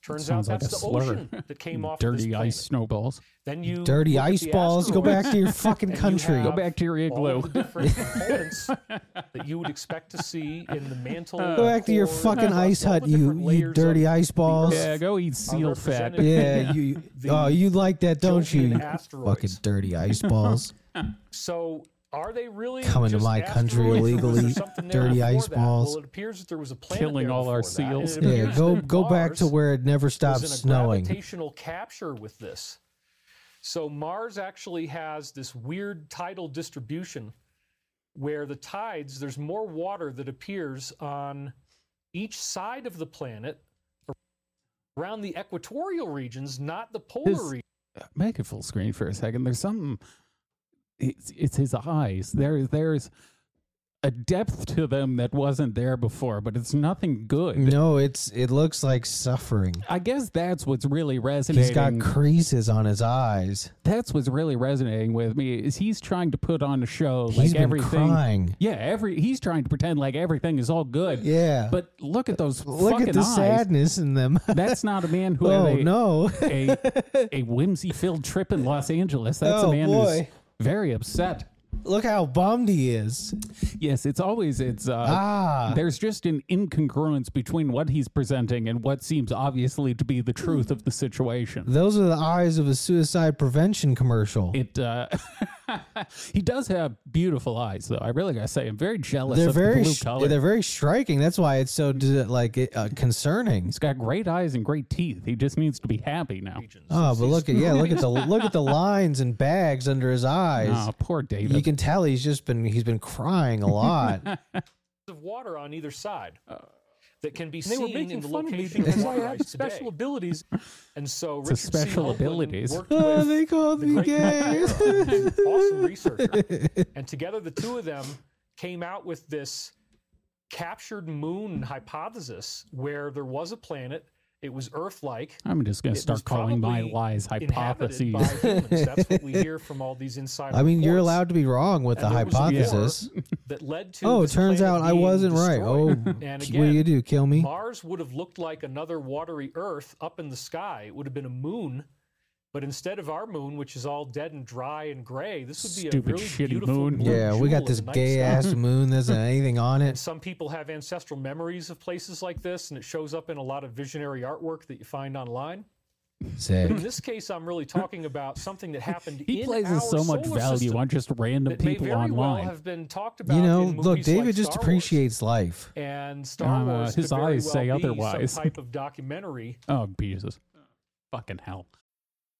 S3: Turns out
S1: Sounds like
S3: that's
S1: a
S3: the
S1: slur.
S3: ocean that came off of this
S1: Dirty ice
S3: planet.
S1: snowballs.
S3: Then you
S2: Dirty
S3: look at
S2: ice
S3: the
S2: balls. Go
S3: asteroids
S2: back to your fucking
S3: and you
S2: country.
S3: have
S1: Go back to your
S3: all
S1: igloo.
S3: of the different components that you would expect to see in the mantle.
S2: Go back to your
S3: core,
S2: fucking
S3: all
S2: ice
S3: the
S2: hut,
S3: different
S2: you you
S3: layers
S2: dirty
S3: of
S2: ice balls.
S1: Yeah, go eat seal fat.
S3: represented-
S2: Yeah, you. Oh, you like that, don't
S3: Children
S2: you?
S3: and
S2: Fucking
S3: asteroids.
S2: dirty ice balls.
S3: So are they really
S2: Coming to
S3: just
S2: my country
S3: asteroids, or was there
S2: illegally,
S3: something there
S2: dirty
S3: before
S2: ice
S3: that?
S2: balls.
S3: Well, it appears that there was a planet
S1: Killing
S3: there
S1: all our
S3: before that, and it
S1: seals.
S2: Yeah,
S3: appears
S2: go
S3: that
S2: go back to
S3: Mars
S2: where it never
S3: was
S2: stops
S3: in a
S2: snowing.
S3: Gravitational capture with this. So Mars actually has this weird tidal distribution where the tides there's more water that appears on each side of the planet around the equatorial regions, not the polar
S1: His-
S3: regions.
S1: Make it full screen for a second. There's something. It's it's his eyes. There there's a depth to them that wasn't there before, but it's nothing good.
S2: No, it's it looks like suffering.
S1: I guess that's what's really resonating.
S2: He's got creases on his eyes.
S1: that's what's really resonating with me is he's trying to put on a show like
S2: He's been
S1: everything
S2: crying.
S1: yeah every he's trying to pretend like everything is all good
S2: Yeah.
S1: but look at those
S2: Look
S1: fucking
S2: at the
S1: eyes
S2: sadness in them.
S1: that's not a man who
S2: oh
S1: had a,
S2: no.
S1: a, a whimsy filled trip in los angeles that's
S2: Oh,
S1: a man who's
S2: boy.
S1: very upset
S2: look how bummed he is.
S1: Yes, it's always it's uh,
S2: Ah,
S1: there's just an incongruence between what he's presenting and what seems obviously to be the truth of the situation.
S2: those are the eyes of a suicide prevention commercial.
S1: It uh, he does have beautiful eyes though. I really gotta say, I'm very jealous
S2: they're
S1: of
S2: very,
S1: the blue
S2: sh-
S1: color.
S2: they're very striking. That's why it's so d- like uh, concerning.
S1: He's got great eyes and great teeth. He just needs to be happy now.
S3: regions.
S2: Oh, but look at yeah, look at the look at the lines and bags under his eyes.
S1: Oh, poor
S2: you
S1: David.
S2: can tell he's just been he's been crying a lot.
S3: of water on either side
S1: Uh,
S3: that can be
S1: They were
S3: seen
S1: making
S3: in the
S1: fun of me
S3: location
S1: because
S3: where
S1: I
S3: they
S1: have
S3: are
S1: special
S3: today. abilities. And so
S1: It's a
S3: Richard C.
S1: special
S3: Hoagland
S1: abilities.
S3: worked
S2: oh,
S3: with
S2: they called
S3: the
S2: me
S3: great
S2: gay.
S3: Mike Barrow, an awesome researcher. And together, the two of them came out with this captured moon hypothesis where there was a planet. It was Earth-like.
S1: I'm just gonna
S3: It was
S1: start calling my
S3: probably
S1: lies
S3: inhabited
S1: hypotheses.
S3: by humans. That's what we hear from all these insider
S2: I mean, you're
S3: reports
S2: allowed to be wrong with
S3: And
S2: the
S3: there was a war
S2: hypothesis.
S3: That led to.
S2: Oh, it
S3: this
S2: turns out
S3: planet
S2: I
S3: being
S2: wasn't right. Oh,
S3: destroyed.
S2: what
S3: and
S2: do
S3: again,
S2: you do? Kill me?
S3: Mars would have looked like another watery Earth up in the sky. It would have been a moon, but instead of our moon, which is all dead and dry and gray, this would be
S1: Stupid,
S3: a really
S1: shitty
S3: beautiful
S1: moon.
S3: blue
S2: Yeah, we
S3: jewel
S2: got
S3: in
S2: this
S3: the night
S2: gay
S3: sky.
S2: ass moon. There's not anything on
S3: And
S2: it.
S3: some people have ancestral memories of places like this, and it shows up in a lot of visionary artwork that you find online.
S2: Sick.
S3: In this case, I'm really talking about something that happened.
S1: he
S3: in
S1: places
S3: our
S1: so much
S3: solar
S1: value
S3: system
S1: on just random
S3: that may
S1: people
S3: very well
S1: online.
S3: have been talked about.
S2: You know,
S3: in
S2: look,
S3: movies like
S2: David just
S3: Star Wars.
S2: appreciates life.
S3: and Star
S1: Uh,
S3: Wars.
S1: his
S3: could very
S1: eyes
S3: well
S1: say
S3: be
S1: otherwise.
S3: Some type of documentary
S1: Oh Jesus! Fucking hell!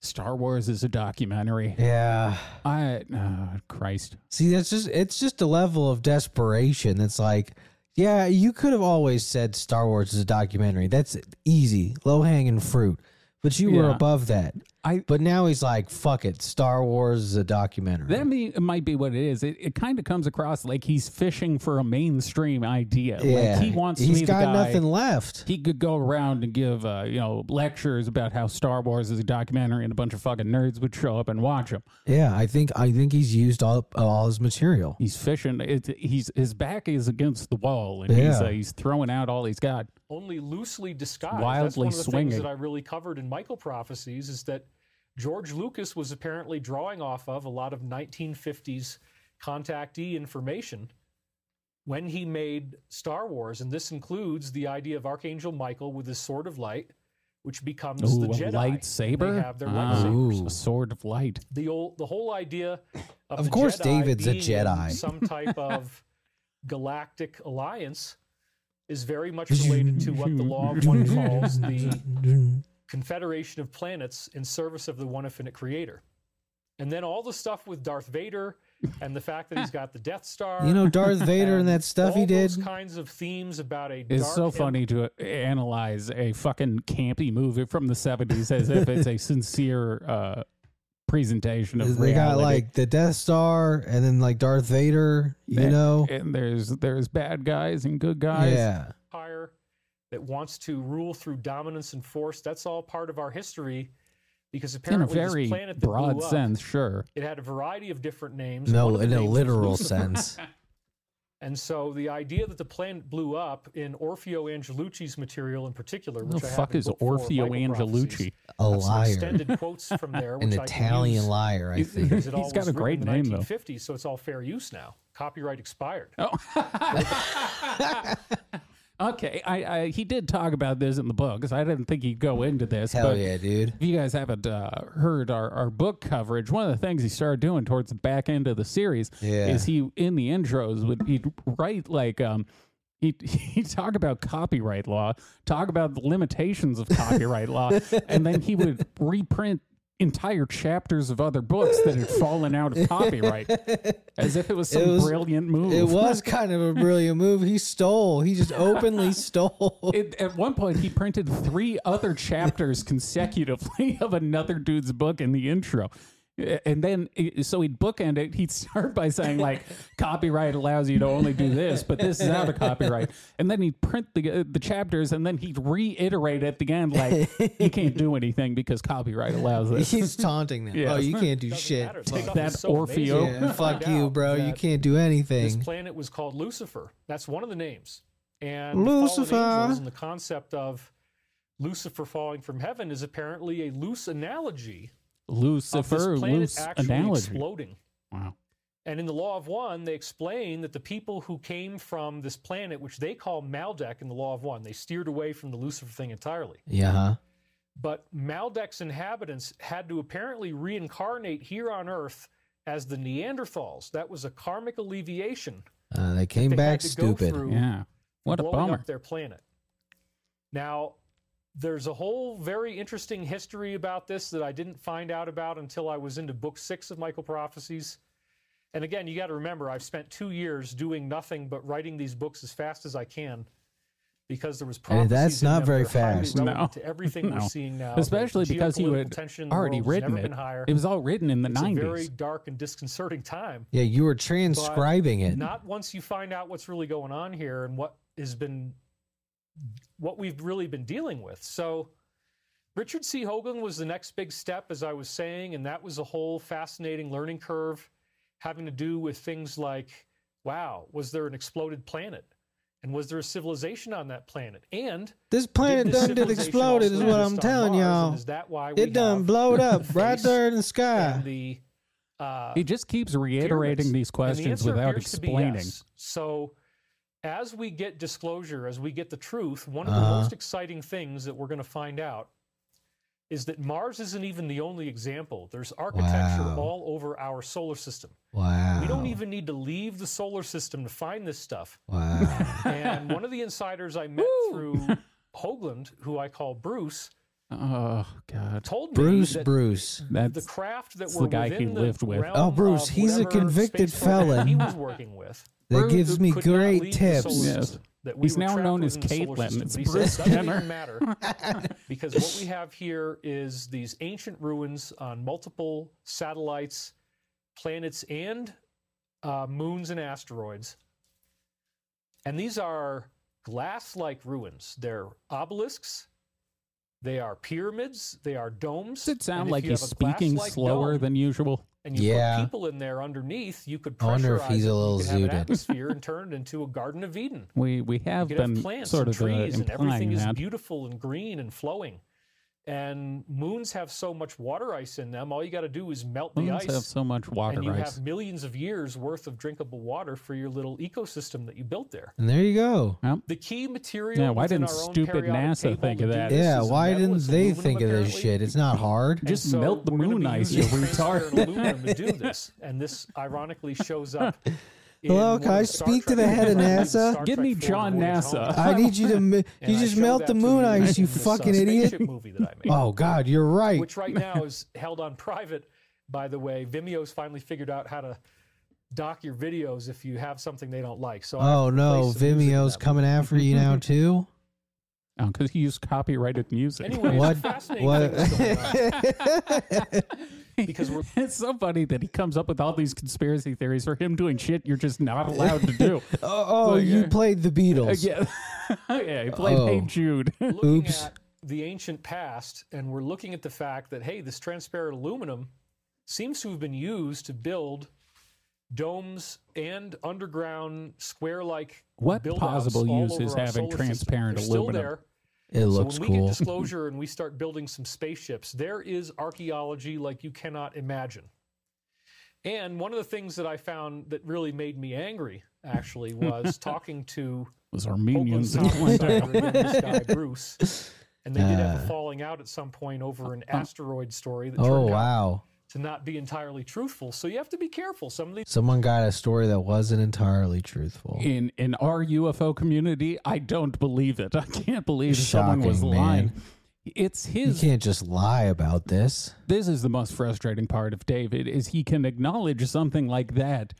S1: Star Wars is a documentary.
S2: Yeah.
S1: I oh, Christ.
S2: See, that's just it's just a level of desperation that's like, yeah, you could have always said Star Wars is a documentary. That's easy, low hanging fruit. But you were
S1: Yeah.
S2: above that.
S1: I
S2: But now he's like, fuck it, Star Wars is a documentary.
S1: That may, it might be what it is. It, it kind of comes across like he's fishing for a mainstream idea.
S2: yeah,
S1: Like he wants to
S2: He's
S1: be
S2: got
S1: the guy.
S2: nothing left.
S1: He could go around and give uh, you know lectures about how Star Wars is a documentary, and a bunch of fucking nerds would show up and watch him.
S2: Yeah, I think I think he's used all all his material.
S1: He's fishing. It's he's his back is against the wall, and he's
S2: Yeah.
S1: uh, he's throwing out all he's got.
S3: only loosely disguised. That's
S1: Wildly
S3: one of the things
S1: swinging.
S3: that I really covered in Michael Prophecies is that George Lucas was apparently drawing off of a lot of 1950s contactee information when he made Star Wars, and this includes the idea of Archangel Michael with his sword of light, which becomes
S1: Ooh,
S3: the
S1: a
S3: Jedi.
S1: lightsaber.
S3: They have their
S1: Ah,
S3: lightsabers.
S1: a sword of light.
S3: the old the whole idea of,
S2: Of
S3: the
S2: course
S3: Jedi
S2: David's a
S3: being in
S2: Jedi.
S3: some type of galactic alliance is very much related to what the law of one calls the confederation of planets in service of the one infinite creator and then all the stuff with darth vader and the fact that he's got the death star
S2: You know, Darth Vader and that stuff
S3: all
S2: he did.
S3: those kinds of themes about a
S1: It's
S3: dark
S1: so
S3: and
S1: funny to analyze a fucking campy movie from the 70s as if it's a sincere uh, presentation of
S2: They got
S1: reality.
S2: like the Death Star and then like Darth Vader, you
S1: And-
S2: know?
S1: and there's there's bad guys and good guys.
S2: Yeah.
S3: empire that wants to rule through dominance and force that's all part of our history because
S1: in a
S3: apparently
S1: very
S3: this planet that
S1: broad
S3: blew up,
S1: sense, sure.
S3: It had a variety of different names. One
S2: No,
S3: of the
S2: in a
S3: names was
S2: literal
S3: Lucifer.
S2: sense.
S3: And so the idea that the planet blew up in Orfeo Angelucci's material in particular,
S1: Who
S3: which
S1: the
S3: I have
S1: fuck
S3: in
S1: is
S3: book four of
S1: Orfeo
S3: Michael Prophecies,
S1: Angelucci?
S2: A
S3: I have some
S2: liar.
S3: Extended quotes from there,
S2: An
S3: which I can
S2: Italian
S3: use
S2: liar, I
S1: He's-
S2: think.
S3: because it all
S1: He's got
S3: was
S1: a
S3: written
S1: great
S3: in the
S1: name, though.
S3: 1950, so it's all fair use now. Copyright expired.
S1: Oh. okay, I, I he did talk about this in the book because I didn't think he'd go into this.
S2: Hell
S1: but
S2: yeah, dude.
S1: If you guys haven't uh, heard our, our book coverage, one of the things he started doing towards the back end of the series
S2: Yeah.
S1: is he in the intros would he'd write like um he he talk about copyright law, talk about the limitations of copyright law, and then he would reprint entire chapters of other books that had fallen out of copyright as if it was some
S2: It was-
S1: brilliant move.
S2: It was kind of a brilliant move. He stole. He just openly stole.
S1: It, at one point, he printed three other chapters consecutively of another dude's book in the intro. And then, so he'd bookend it. He'd start by saying, like, copyright allows you to only do this, but this is out of copyright. And then he'd print the, uh, the chapters and then he'd reiterate at the end, like, you can't do anything because copyright allows this.
S2: He's taunting them.
S1: Yeah.
S2: Oh, you can't do shit.
S3: matter.
S2: Fuck,
S3: Stuff
S1: that
S3: is so amazing.
S1: Orfeo.
S3: You
S2: yeah,
S3: find
S2: fuck
S3: out
S2: you, bro. You
S3: that
S2: can't do
S3: This
S2: anything.
S3: planet was called Lucifer. That's one of the names. And the fallen
S2: Lucifer.
S3: angels and the concept of Lucifer falling from heaven is apparently a loose analogy of
S1: Lucifer,
S3: this planet
S1: loose
S3: actually
S1: analogy.
S3: exploding.
S1: Wow.
S3: And in the Law of One, they explain that the people who came from this planet, which they call Maldek in the Law of One, they steered away from the Lucifer thing entirely.
S2: Yeah. Huh?
S3: But Maldek's inhabitants had to apparently reincarnate here on Earth as the Neanderthals. That was a karmic alleviation.
S2: Uh, they came
S3: They
S2: back
S3: had to go
S2: stupid.
S3: through
S1: Yeah. What a
S3: blowing
S1: bummer.
S3: Up their planet. Now, there's a whole very interesting history about this that I didn't find out about until I was into book six of Michael Prophecies. And again, you got to remember, I've spent two years doing nothing but writing these books as fast as I can because there was prophecies.
S2: And that's
S3: in
S2: not
S3: them
S2: very
S3: that are highly
S2: fast.
S3: relevant
S1: No.
S3: To everything
S1: No.
S3: we're seeing now, The
S1: Especially because you
S3: geopolitical
S1: had
S3: tension in the
S1: already
S3: world has
S1: written
S3: never
S1: it.
S3: been higher.
S1: It was all written in the
S3: it's a
S1: 90s.
S3: very dark and disconcerting time.
S2: Yeah, you were
S3: But
S2: transcribing it.
S3: Not once you find out what's really going on here and what has been what we've really been dealing with. So Richard C. Hoagland was the next big step, as I was saying, and that was a whole fascinating learning curve having to do with things like, wow, was there an exploded planet? And was there a civilization on that planet? And
S2: This planet done
S3: did this
S2: did
S3: civilization
S2: explode. Is
S3: also
S2: what I'm
S3: exist on
S2: telling
S3: Mars? And
S2: y'all.
S3: Is that why we
S2: It done
S3: have
S2: blowed
S3: the
S2: up right
S3: face
S2: there in the
S3: and
S2: sky.
S3: the uh,
S1: he just keeps reiterating
S3: pyramids?
S1: these
S3: and the
S1: questions
S3: answer
S1: without
S3: appears to be
S1: explaining.
S3: yes. So, as we get disclosure, as we get the truth, one of
S2: Uh-huh.
S3: the most exciting things that we're going to find out is that Mars isn't even the only example. There's architecture
S2: Wow.
S3: all over our solar system.
S2: Wow.
S3: We don't even need to leave the solar system to find this stuff.
S2: Wow.
S3: And one of the insiders I met through Hoagland, who I call Bruce,
S1: Oh, God.
S3: told
S2: Bruce,
S3: me that
S2: Bruce.
S3: the
S1: That's
S3: craft that
S1: it's
S3: were
S1: the guy
S3: within
S1: he
S3: the
S1: lived with.
S3: realm
S2: Oh, Bruce,
S3: of
S2: he's a
S3: whatever
S2: convicted
S3: space program He
S2: felon.
S3: was working with.
S2: That
S1: Bruce
S2: gives me
S3: could not
S2: great
S3: leave the solar
S2: tips.
S1: Yes.
S3: system that
S1: He's
S3: were
S1: now
S3: trapped
S1: known as
S3: within the solar
S1: Caitlin.
S3: system.
S1: It's
S3: He said,
S1: Bruce
S3: "Doesn't even
S1: Jenner."
S3: matter because what we have here is these ancient ruins on multiple satellites, planets, and uh, moons and asteroids. And these are glass like ruins. They're obelisks. They are pyramids. They are domes.
S1: Does it
S3: And
S1: sound
S3: if
S1: like
S3: you
S1: he's
S3: have a
S1: speaking
S3: glass-like
S1: slower
S3: dome
S1: than usual?
S3: and you
S2: Yeah.
S3: put people in there underneath, you could
S2: I
S3: pressurize
S2: wonder if he's
S3: it.
S2: a little
S3: you could have an
S2: zooted.
S3: atmosphere and turn it into a Garden of Eden.
S1: We we have
S3: You could
S1: been
S3: have plants
S1: sort
S3: and
S1: of uh,
S3: trees, and everything
S1: implying
S3: is
S1: that.
S3: beautiful and green and flowing. And moons have so much water ice in them. All you got to do is melt the
S1: Moons
S3: ice,
S1: have so much water
S3: and you
S1: ice.
S3: have millions of years worth of drinkable water for your little ecosystem that you built there.
S2: And there you go.
S1: Yep.
S3: The key material.
S1: Yeah, why
S3: within
S1: didn't
S3: our own
S1: stupid
S3: periodic
S1: NASA
S3: table
S1: think
S3: to
S1: of
S3: do
S1: that?
S3: this
S2: Yeah,
S3: is
S2: why
S3: metal,
S2: didn't
S3: it's
S2: they
S3: aluminum,
S2: think of this
S3: apparently.
S2: shit? It's not hard.
S3: And
S1: Just
S3: so
S1: melt the
S3: we're gonna
S1: moon
S3: be
S1: ice,
S3: using
S1: you
S3: transparent
S1: retard.
S3: aluminum to do this, and this ironically shows up. in
S2: Hello,
S3: one
S2: can
S3: of
S2: I
S3: the Star
S2: speak to
S3: Trek
S2: the head of
S3: movies,
S2: NASA?
S3: Star
S1: Give
S3: Trek
S1: me
S3: IV,
S1: John
S3: Voyage
S1: NASA.
S3: Home.
S2: I need you to mi-
S3: And
S2: you
S3: I
S2: just
S3: show
S2: melt
S3: that
S2: the
S3: to
S2: moon
S3: the
S2: ice, you
S3: Avengers, uh,
S2: fucking idiot.
S3: spaceship movie that I made,
S2: Oh God, you're right.
S3: which right now is held on private. By the way, Vimeo's finally figured out how to dock your videos if you have something they don't like. So I have
S2: Oh
S3: to
S2: no,
S3: place some music in
S2: Vimeo's
S3: that.
S2: coming after you now too.
S1: Because Oh, he used copyrighted music.
S3: Anyway,
S2: What-
S3: It's a fascinating
S2: What?
S3: thing that's going on because we're
S1: it's so funny that he comes up with all these conspiracy theories for him doing shit you're just not allowed to do.
S2: Oh, oh, you played the
S1: Uh,
S2: Beatles.
S1: yeah. yeah, he played
S2: Oh.
S1: Hey Jude.
S3: looking
S2: Oops.
S3: at the ancient past and we're looking at the fact that hey this transparent aluminum seems to have been used to build domes and underground square like
S1: What possible use is having transparent aluminum?
S2: It
S3: so
S2: looks
S3: when we
S2: cool.
S3: get disclosure and we start building some spaceships there is archaeology like you cannot imagine and one of the things that i found that really made me angry actually was talking to
S1: was Armenians
S3: Oakland's
S1: in
S3: top insider
S1: Clinton.
S3: and this guy Bruce, and they did have a falling out at some point over an asteroid story that
S2: Ah. Oh
S3: turned out
S2: wow,
S3: to not be entirely truthful. So you have to be careful. Some of these
S2: someone got a story that wasn't entirely truthful.
S1: in in our UFO community, I don't believe it. I can't believe someone was
S2: Shocking, man.
S1: lying. It's
S2: You
S1: his.
S2: can't just lie about this.
S1: This is the most frustrating part of David is he can acknowledge something like that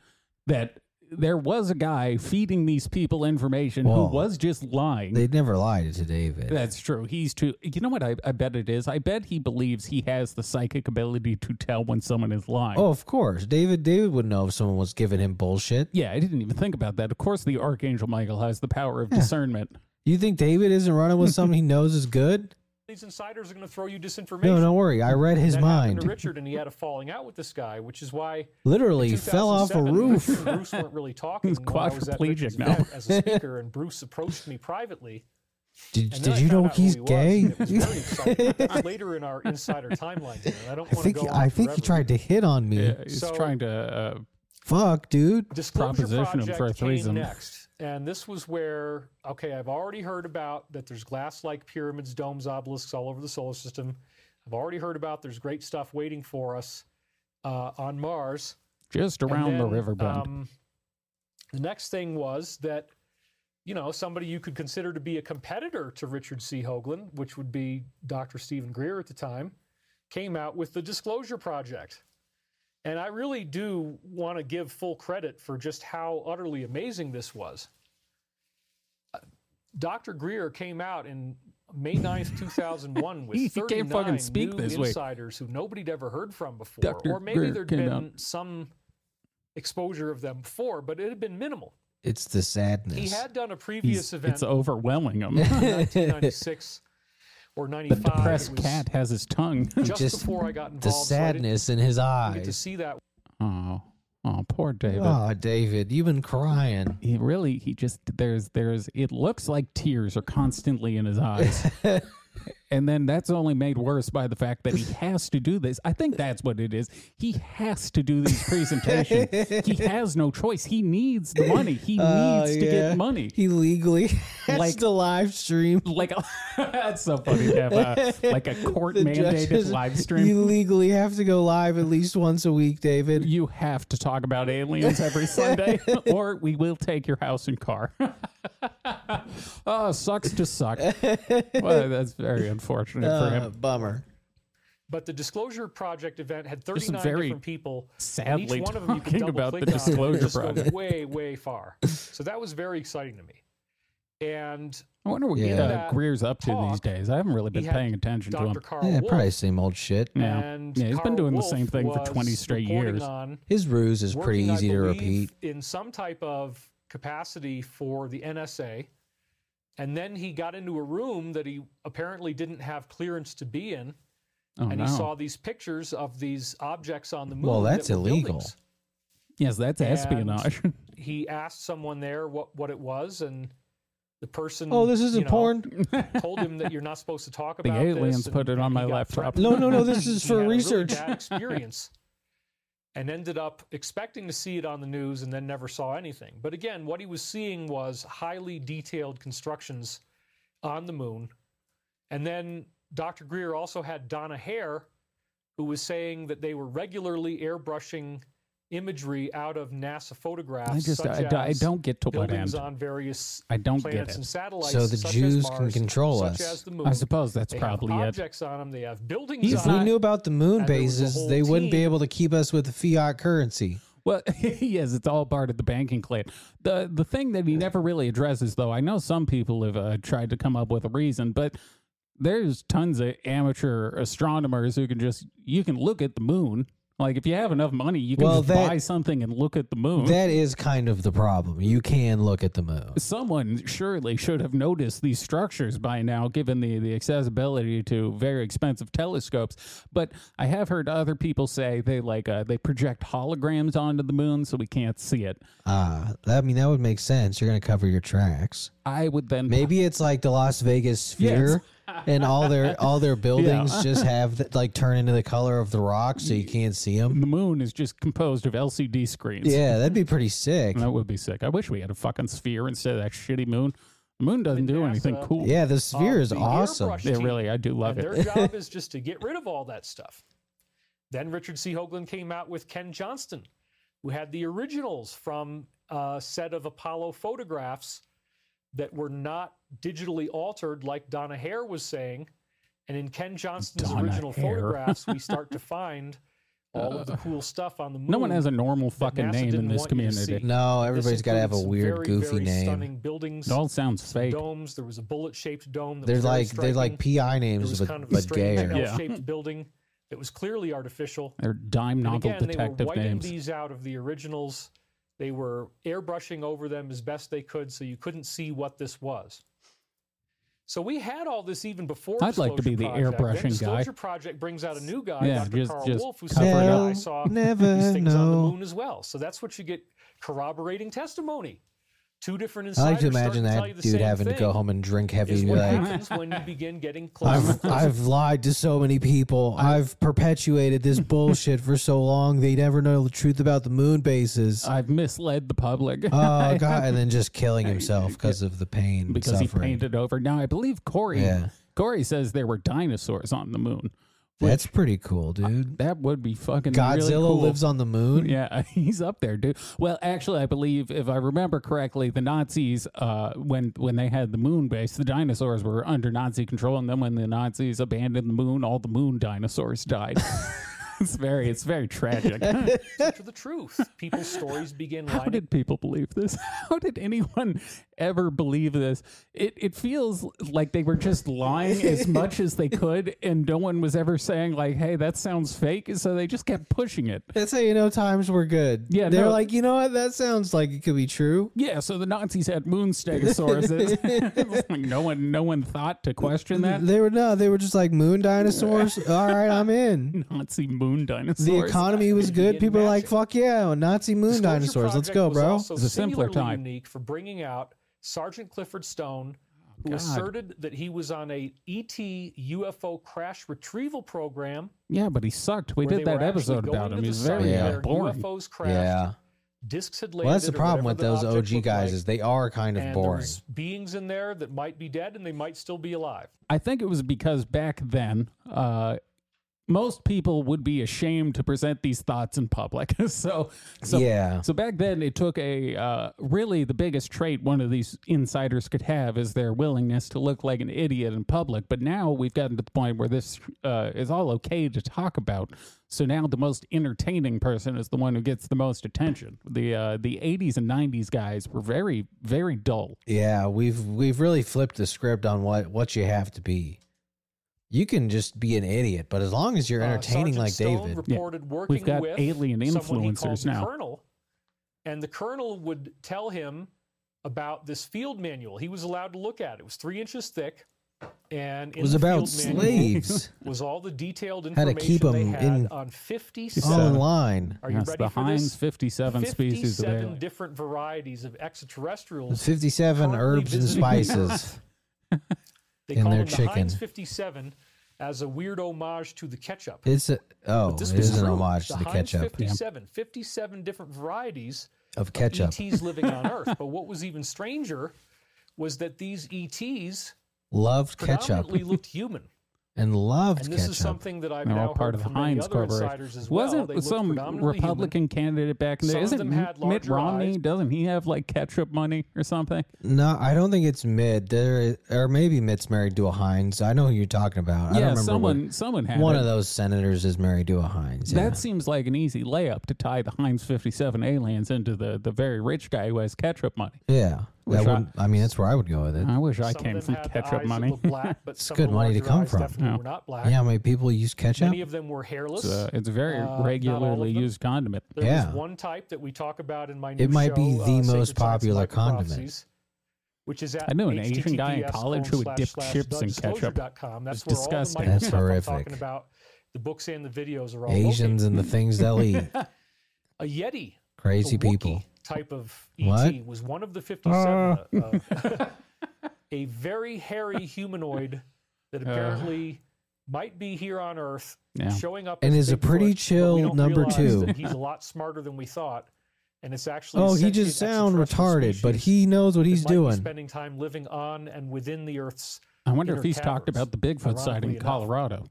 S1: that there was a guy feeding these people information
S2: Whoa.
S1: who was just lying.
S2: They never lied to David.
S1: That's true. He's too. You know what? I, I bet it is. I bet he believes he has the psychic ability to tell when someone is lying.
S2: oh, of course. David David would know if someone was giving him bullshit.
S1: yeah. I didn't even think about that. Of course, the archangel Michael has the power of discernment.
S2: You think David isn't running with something he knows is good?
S3: These insiders are going to throw you disinformation.
S2: No, don't worry. I read his
S3: that happened
S2: mind.
S3: to Richard, and he had a falling out with this guy, which is why
S2: Literally
S3: in
S2: fell off a
S3: 2007,
S2: roof.
S3: Richard and Bruce weren't really talking.
S1: He's
S3: when I was at
S1: quadriplegic
S3: Richard's
S1: now.
S3: event As a speaker, and Bruce approached me privately.
S2: Did,
S3: And
S2: did
S3: then I
S2: you
S3: found
S2: know
S3: out who
S2: he's
S3: he was,
S2: gay?
S3: and it was very exciting. That's later in our insider timeline, here, and I don't
S2: I
S3: want to
S2: think
S3: go. on
S2: I think he
S3: forever.
S2: tried to hit on me.
S1: Yeah, he's
S3: So-
S1: trying to. Uh,
S2: Fuck, dude.
S3: Disclosure
S1: Proposition him
S3: Project
S1: for a
S3: came
S1: threesome.
S3: next, and this was where okay, I've already heard about that. There's glass-like pyramids, domes, obelisks all over the solar system. I've already heard about there's great stuff waiting for us uh, on Mars.
S1: just
S3: And
S1: around the
S3: then,
S1: river bend.
S3: um, the next thing was that, you know, somebody you could consider to be a competitor to Richard C. Hoagland, which would be Dr. Stephen Greer at the time, came out with the Disclosure Project. And I really do want to give full credit for just how utterly amazing this was. Uh, Dr. Greer came out in May 9th, 2001 with
S1: He can't
S3: 39
S1: fucking speak
S3: new
S1: this week.
S3: insiders who nobody'd ever heard from before.
S1: Dr.
S3: Or maybe
S1: Greer
S3: there'd
S1: came
S3: been
S1: out.
S3: some exposure of them before, but it had been minimal.
S2: It's the sadness.
S3: He had done a previous
S1: He's-
S3: event
S1: it's overwhelming him.
S3: in 1996 or 95.
S1: the depressed
S3: It was
S1: cat has his tongue.
S3: Just,
S2: Just
S3: before I got involved.
S2: the
S3: so I didn't
S2: sadness in his
S3: get to
S2: eyes.
S3: see that
S1: oh, oh, poor David.
S2: Oh, David, you've been crying.
S1: He really, he just there's there's. It looks like tears are constantly in his eyes. And then that's only made worse by the fact that he has to do this. I think that's what it is. He has to do these presentations. he has no choice. He needs the money. He
S2: Oh,
S1: needs to
S2: yeah.
S1: get money.
S2: He legally has
S1: Like-
S2: to live stream.
S1: Like that's so funny to have a, like a court
S2: The
S1: mandated
S2: judges-
S1: live stream.
S2: You legally have to go live at least once a week, David.
S1: you have to talk about aliens every Sunday, or we will take your house and car. oh, sucks to suck. Well, that's very unfortunate for
S2: Uh,
S1: him.
S2: bummer.
S3: But the Disclosure Project event had
S1: There's some
S3: 39
S1: very
S3: different people. and
S1: sadly
S3: each one of them you could
S1: talking about
S3: double-click
S1: the
S3: on and
S1: Disclosure
S3: just go
S1: Project.
S3: Way, way far. So that was very exciting to me. And
S1: I wonder what
S2: Yeah.
S1: uh, Greer's up to these
S3: Talk,
S1: days. I haven't really
S3: he
S1: been
S3: had
S1: paying attention to
S3: Dr.
S1: him.
S3: Carl
S2: Yeah,
S3: Wolf,
S2: probably same old shit.
S1: Yeah,
S3: and
S1: yeah, he's
S3: Carl
S1: been doing the
S3: Wolf
S1: same thing for
S3: was
S1: 20 straight
S3: reporting
S1: years.
S3: on
S2: His ruse is pretty
S3: working, I
S2: easy to
S3: believe,
S2: repeat.
S3: In some type of capacity for the NSA. And then he got into a room that he apparently didn't have clearance to be in.
S1: Oh,
S3: and
S1: no.
S3: he saw these pictures of these objects on the moon.
S2: Well, that's
S3: that were
S2: illegal.
S3: buildings.
S1: yes, that's
S3: and-
S1: espionage.
S3: He asked someone there what, what it was, and the person.
S2: Oh, this
S3: you
S2: isn't
S3: know,
S2: porn.
S3: Told him that you're not supposed to talk
S1: The
S3: about this,
S1: aliens
S3: and-
S1: put it
S3: and
S1: on
S3: he
S1: my
S3: got
S1: laptop.
S3: threatened.
S2: No, no, no. This is
S3: He
S2: for
S3: had a really
S2: research.
S3: bad experience and ended up expecting to see it on the news and then never saw anything. But again, what he was seeing was highly detailed constructions on the moon. And then Dr. Greer also had Donna Hare, who was saying that they were regularly airbrushing imagery out of NASA photographs.
S1: I just, I,
S3: such
S1: do- I
S3: as
S1: don't get to what
S3: buildings
S1: end.
S3: on various
S1: I don't get
S3: planets
S1: it.
S3: and satellites.
S2: So the
S3: such as
S2: Jews can
S3: Mars,
S2: control
S3: such
S2: us.
S3: As the moon.
S1: I suppose that's
S3: They have
S1: probably it.
S3: objects on them. They have buildings.
S1: He's
S2: If
S3: on
S2: we
S1: not-
S3: them.
S2: knew about the moon
S3: and there was a
S2: bases,
S3: whole
S2: they wouldn't be
S3: team.
S2: able to keep us with the fiat currency.
S1: Well, yes, it's all part of the banking clan. the The thing that he never really addresses, though, I know some people have uh, tried to come up with a reason, but there's tons of amateur astronomers who can just you can look at the moon. Like if you have enough money, you can
S2: Well,
S1: just
S2: that-
S1: buy something and look at the moon.
S2: That is kind of the problem. You can look at the moon.
S1: Someone surely should have noticed these structures by now, given the, the accessibility to very expensive telescopes. But I have heard other people say they like uh, they project holograms onto the moon, so we can't see it.
S2: Ah, I mean that would make sense. You're going to cover your tracks.
S1: I would then
S2: Maybe it's like the Las Vegas sphere, and all their all their buildings just have th- like turn into the color of the rock, so you can't see them.
S1: The moon is just composed of LCD screens.
S2: Yeah, that'd be pretty sick.
S1: That would be sick. I wish we had a fucking sphere instead of that shitty moon. The moon doesn't do anything
S3: NASA-
S1: cool.
S2: Yeah, the sphere
S3: of
S2: is
S3: the
S2: awesome.
S3: airbrush
S1: Yeah,
S3: team.
S1: really, I do love
S3: and
S1: it.
S3: Their job is just to get rid of all that stuff. Then Richard C. Hoagland came out with Ken Johnston, who had the originals from a set of Apollo photographs that were not digitally altered, like Donna Hare was saying. And in Ken Johnston's
S1: Donna
S3: original
S1: Hare.
S3: photographs, we start to find all of the cool stuff on the moon.
S1: No one has a normal fucking
S3: NASA
S1: name in
S3: didn't
S1: this
S3: want you to
S1: community.
S3: see.
S2: No,
S3: This
S2: everybody's got to have a
S3: included some
S2: weird,
S3: very,
S2: goofy
S3: very
S2: name.
S3: Stunning buildings,
S1: It all sounds fake.
S3: domes. There was a bullet-shaped dome. That
S2: They're
S3: was very
S2: like they're like
S3: striking.
S2: PI
S3: There
S2: names,
S3: was
S2: but,
S3: kind of a
S2: but
S3: strange
S2: gayer.
S1: Yeah.
S3: L-shaped building that was clearly artificial.
S1: They're dime
S3: And
S1: novel
S3: again, they
S1: detective
S3: were whiting
S1: names.
S3: these out of the originals. They were airbrushing over them as best they could, so you couldn't see what this was. So we had all this even before.
S1: I'd like to be the
S3: Disclosure Project. Then
S1: airbrushing guy.
S3: Disclosure Project brings out a new guy,
S1: Yeah,
S3: Dr.
S1: just-
S3: Carl
S1: just
S3: Wolf, who
S1: cover
S3: said,
S1: it
S3: "Yeah,
S1: up.
S3: I saw
S2: Never
S3: these things on the
S2: know."
S3: moon as well." So that's what you get: corroborating testimony. Two different
S2: I
S3: insiders.
S2: like to imagine
S3: starting tell you
S2: that
S3: the
S2: dude
S3: same
S2: having to
S3: thing
S2: go home and drink heavy
S3: Is
S2: and be
S3: what
S2: like,
S3: happens when you begin getting closer.
S2: I've, I've lied to so many people. I've perpetuated this bullshit for so long. They never know the truth about the moon bases.
S1: I've misled the public
S2: Oh god! And then just killing himself because of the pain, and
S1: because he
S2: suffering.
S1: painted over. Now I believe Corey.
S2: Yeah.
S1: Corey says there were dinosaurs on the moon.
S2: That's pretty cool, dude.
S1: That would be fucking
S2: Godzilla
S1: really cool.
S2: lives on the moon.
S1: Yeah, he's up there, dude. Well, actually, I believe if I remember correctly, the Nazis, uh, when when they had the moon base, the dinosaurs were under Nazi control, and then when the Nazis abandoned the moon, all the moon dinosaurs died. it's very, it's very tragic.
S3: to the truth. People's stories begin
S1: How
S3: lining
S1: did people believe this? How did anyone ever believe this? It it feels like they were just lying as much as they could, and no one was ever saying like, "Hey, that sounds fake," so they just kept pushing it.
S2: That's how you know times were good.
S1: Yeah,
S2: they're
S1: no.
S2: like, you know what? That sounds like it could be true.
S1: Yeah, so the Nazis had moon stegosaurs. It's like no one, no one thought to question that
S2: They were no, they were just like moon dinosaurs. All right, I'm in.
S1: Nazi moon dinosaurs.
S2: The economy was good.
S3: Indian
S2: People were like,
S3: magic.
S2: fuck yeah, Nazi moon
S3: Sculpture
S2: dinosaurs. Let's
S3: Project
S2: go,
S3: was
S2: bro.
S3: Also
S1: It's a simpler
S3: singularly
S1: time.
S3: Unique for bringing out Sergeant Clifford Stone, who
S1: God.
S3: asserted that he was on a E ET UFO crash retrieval program.
S1: Yeah, but he sucked. We
S3: where
S1: did
S3: they were
S1: that
S3: actually
S1: episode
S3: going
S1: about
S3: to
S1: him.
S3: the
S1: He's
S3: site
S1: very
S2: Yeah.
S1: uh,
S3: where
S1: boring.
S3: UFOs crashed.
S2: Yeah.
S3: Discs had landed.
S2: Well, that's the
S3: or
S2: problem with
S3: whatever
S2: those
S3: the
S2: OG
S3: object
S2: guys
S3: looked
S2: is
S3: like,
S2: they are kind of
S3: and there
S2: boring.
S3: was beings in there that might be dead and they might still be alive.
S1: I think it was because back then, uh, most people would be ashamed to present these thoughts in public. so, so
S2: yeah.
S1: So back then, it took a uh, really the biggest trait one of these insiders could have is their willingness to look like an idiot in public. But now we've gotten to the point where this uh, is all okay to talk about. So now the most entertaining person is the one who gets the most attention. The uh, the '80s and '90s guys were very very dull.
S2: Yeah, we've we've really flipped the script on what what you have to be. You can just be an idiot, but as long as you're
S3: Uh,
S2: entertaining
S3: Sergeant
S2: like
S3: Stone
S2: David,
S3: Reported working
S1: We've got
S3: with
S1: alien
S3: someone he called
S1: influencers
S3: the
S1: now.
S3: Colonel, and the colonel would tell him about this field manual. He was allowed to look at it. It was three inches thick, and
S2: it
S3: in
S2: was
S3: the
S2: about
S3: field manual
S2: slaves
S3: Was all the detailed
S2: How
S3: information
S2: to keep
S3: they
S2: 'em
S3: had
S2: in-
S3: on
S2: all in
S3: fifty-seven.
S2: line.
S3: Are you
S1: Yes,
S3: ready
S1: the
S3: for
S1: Heinz
S3: this?
S1: 57 species of
S3: 57
S1: alien.
S3: different varieties of extraterrestrials.
S2: Fifty-seven
S3: currently
S2: herbs and
S3: visiting
S2: spices.
S3: Earth. They
S2: in
S3: call
S2: their
S3: them the Heinz
S2: chicken.
S3: 57 as a weird homage to the ketchup.
S2: It's a oh, it
S3: This
S2: is
S3: was
S2: an
S3: true.
S2: homage to the
S3: Heinz
S2: ketchup
S3: 57, 57 different varieties
S2: of ketchup.
S3: of ETs living on Earth. But what was even stranger was that these ETs
S2: Loved ketchup
S3: predominantly looked human.
S2: and loved
S3: And this is
S2: ketchup.
S3: something that I've
S1: They're
S3: now
S1: all part
S3: heard
S1: of the
S3: from many
S1: Heinz
S3: other
S1: Corporation.
S3: insiders as well.
S1: Wasn't
S3: They looked
S1: some
S3: predominantly human.
S1: Republican candidate back in
S3: Some
S1: there?
S3: of
S1: Isn't
S3: them had
S1: Mitt
S3: larger
S1: Romney?
S3: eyes.
S1: Doesn't he have like ketchup money or something?
S2: No, I don't think it's mid. There is, or maybe Mitt's married to a Heinz. I know who you're talking about. I don't
S1: yeah,
S2: remember
S1: someone
S2: what-
S1: someone had
S2: one
S1: it.
S2: of those senators is married to a Heinz. yeah.
S1: That seems like an easy layup to tie the Heinz 57 aliens into the, the very rich guy who has ketchup money.
S2: Yeah. That
S1: Which
S2: would,
S1: I-
S2: I, mean, that's where I would go with it.
S1: I wish I
S3: Some of
S1: came
S3: them
S1: from
S3: had the eyes
S1: ketchup
S3: that
S1: money.
S3: were black, but
S2: It's
S3: some of the
S2: good money to
S3: larger
S2: come
S3: eyes
S2: from.
S3: Definitely
S1: Yeah.
S3: were not black.
S2: yeah, how many people use ketchup?
S3: Many of them were hairless.
S1: It's a, it's a very
S3: Uh, not all
S1: regularly
S3: of them.
S1: used condiment.
S3: There
S2: Yeah.
S3: was one type that we talk about in my new
S2: It might be
S3: show,
S2: the
S3: uh,
S2: most
S3: Sacred Science
S2: popular condiment.
S3: Microprophecies, Which is at
S1: I knew an Asian guy in
S3: https://www.dudedisclosure.com.
S1: college who would dip chips in ketchup.
S3: That's
S1: It's
S3: where
S1: disgusting.
S3: All the
S2: That's
S3: micro stuff I'm
S2: horrific.
S3: talking about the books and the videos are all
S2: Asians
S3: located.
S2: and the things they'll eat.
S3: A Yeti,
S2: Crazy
S3: a Wookiee
S2: people.
S3: type of ET,
S2: What?
S3: was one of the fifty-seven. uh, uh, a very hairy humanoid that apparently might be here on Earth,
S1: Uh. Yeah.
S3: showing up
S2: And
S3: as
S2: is a
S3: Bigfoot,
S2: pretty
S3: but we
S2: chill
S3: don't
S2: number
S3: realize
S2: two.
S3: that He's a lot smarter than we thought, and it's actually.
S2: Oh, he
S3: essentially
S2: just
S3: an
S2: sound
S3: extraterrestrial
S2: retarded, but
S3: species
S2: he knows what
S3: that
S2: he's
S3: might be
S2: doing.
S3: Spending time living on and within the Earth's.
S1: I wonder
S3: inner
S1: if he's talked
S3: caverns,
S1: about the Bigfoot sighting
S3: ironically
S1: in
S3: enough.
S1: Colorado.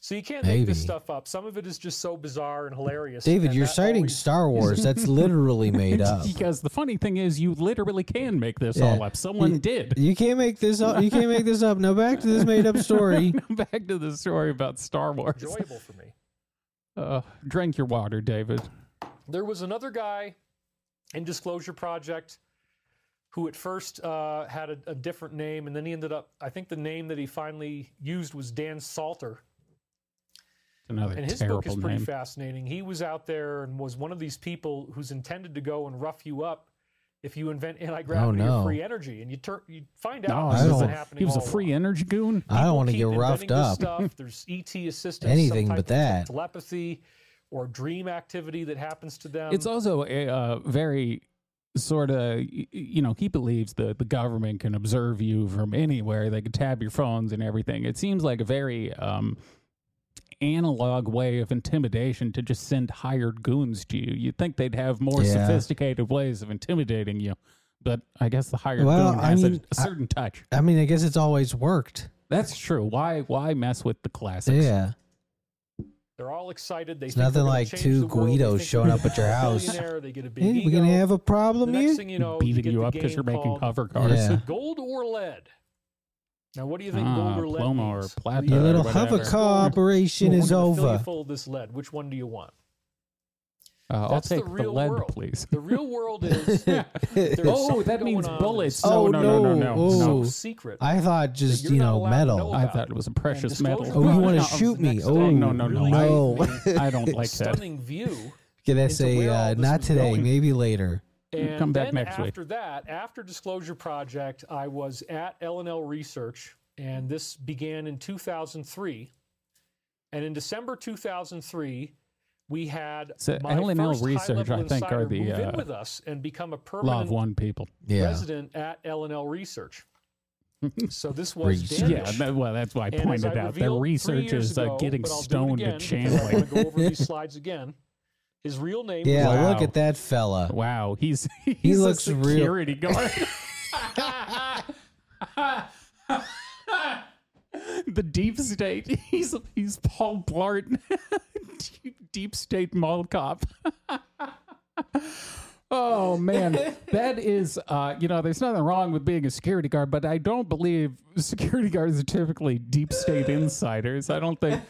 S3: So you can't make this
S2: Maybe.
S3: stuff up. Some of it is just so bizarre and hilarious.
S2: David,
S3: and
S2: you're
S3: that
S2: citing
S3: always-
S2: Star Wars. That's literally made up.
S1: because the funny thing is, you literally can make this
S2: Yeah.
S1: all up. Someone
S2: You-
S1: did.
S2: You can't make this up. You can't make this up. Now back to this made up story.
S1: Back to the story about Star Wars.
S3: enjoyable for me.
S1: Uh, drink your water, David.
S3: There was another guy in Disclosure Project who at first uh, had a, a different name, and then he ended up, I think the name that he finally used was Dan Salter.
S1: Another
S3: And his
S1: terrible
S3: book is pretty
S1: name.
S3: fascinating. He was out there and was one of these people who's intended to go and rough you up if you invent anti-gravity
S2: Oh, no.
S3: or free energy, and you turn you find
S1: No,
S3: out
S1: he
S3: this
S1: was
S3: isn't
S1: a-
S3: happening.
S1: he was a
S3: all
S1: free
S3: along.
S1: energy goon.
S2: I don't
S3: People
S2: want to
S3: keep
S2: get roughed
S3: inventing this
S2: up.
S3: Stuff. There's ET assistance,
S2: Anything
S3: some
S2: but
S3: type of
S2: that.
S3: telepathy or dream activity that happens to them.
S1: it's also a uh, very sort of you know he believes that the government can observe you from anywhere they can tab your phones and everything it seems like a very um analog way of intimidation to just send hired goons to you you'd think they'd have more
S2: Yeah.
S1: sophisticated ways of intimidating you but i guess the hired
S2: Well,
S1: goon
S2: I
S1: has
S2: mean,
S1: a, a
S2: I-
S1: certain touch
S2: I mean, I guess it's always worked.
S1: that's true why why mess with the classics
S2: Yeah.
S3: They're all excited. They
S2: It's
S3: think
S2: nothing
S3: they're gonna
S2: like
S3: change
S2: two
S3: the world. They
S2: Guidos
S3: think they're
S2: showing up at your
S3: a
S2: house.
S3: billionaire. They get a big
S2: Hey, we're
S3: ego.
S2: gonna have a
S3: the
S2: problem
S3: next
S2: here.
S3: thing you know,
S1: beating
S3: you,
S1: you,
S3: get the
S1: up because
S3: game
S1: you're making
S3: called
S1: hover cars
S2: Yeah.
S3: Gold or lead. Now, what do you think
S1: Ah,
S3: gold or lead
S1: plomo or
S3: means?
S1: platinum
S2: Your
S1: or
S2: little
S1: whatever.
S2: hover car operation
S3: We're
S2: is
S3: gonna fill you
S2: over.
S3: full of this lead. Which one do you want?
S1: uh, i'll
S3: That's
S1: take
S3: the
S1: the,
S3: real
S1: lead
S3: world.
S1: please
S3: The real world is. there's
S1: oh
S3: something
S1: that
S3: going
S1: means
S3: on
S1: bullets
S3: that's
S1: no
S2: Oh,
S1: no no no no,
S2: no.
S1: no.
S2: Ooh.
S3: So secret.
S2: I thought just
S3: you're
S2: you
S3: not
S2: know
S3: allowed to know
S2: metal.
S1: I
S3: about.
S1: thought it was a precious
S3: And
S1: metal.
S3: disclosure
S2: Oh, you
S3: Well,
S2: want
S3: no,
S2: to
S3: it's the
S2: shoot me?
S3: next
S2: Oh
S3: day.
S1: No, no, no.
S2: no.
S1: I don't like that.
S3: Stunning view.
S2: Okay, that's
S3: into
S2: a
S3: where all
S2: uh,
S3: this
S2: not
S3: was
S2: today.
S3: going.
S2: Maybe later.
S3: And
S1: Come back
S3: then
S1: next week.
S3: after that, after Disclosure Project, I was at LNL Research, and this began in 2003. And in December 2003, we had
S1: So
S3: my
S1: LNL
S3: first
S1: Research,
S3: high-level
S1: I think, are
S3: insider
S1: the,
S3: move
S1: uh,
S3: in with us and become a
S1: Love
S3: permanent
S1: one people.
S2: Yeah.
S3: resident at LNL Research. so this was
S2: Research.
S3: Danish.
S1: Yeah, that- well, that's why I
S3: And as
S1: pointed
S3: I
S1: out. The
S3: revealed three
S1: research
S3: years
S1: is uh,
S3: ago,
S1: getting
S3: but I'll do it
S1: stoned at
S3: again because I wanna
S1: channeling.
S3: go over these slides again. His real name
S2: Yeah.
S3: was
S2: Look
S1: Wow.
S2: at that fella.
S1: wow, he's he's a
S2: looks real-
S1: security guard. the deep state. He's he's Paul Blart, deep state mall cop. Oh man, that is uh, you know, there's nothing wrong with being a security guard, but I don't believe security guards are typically deep state insiders. I don't think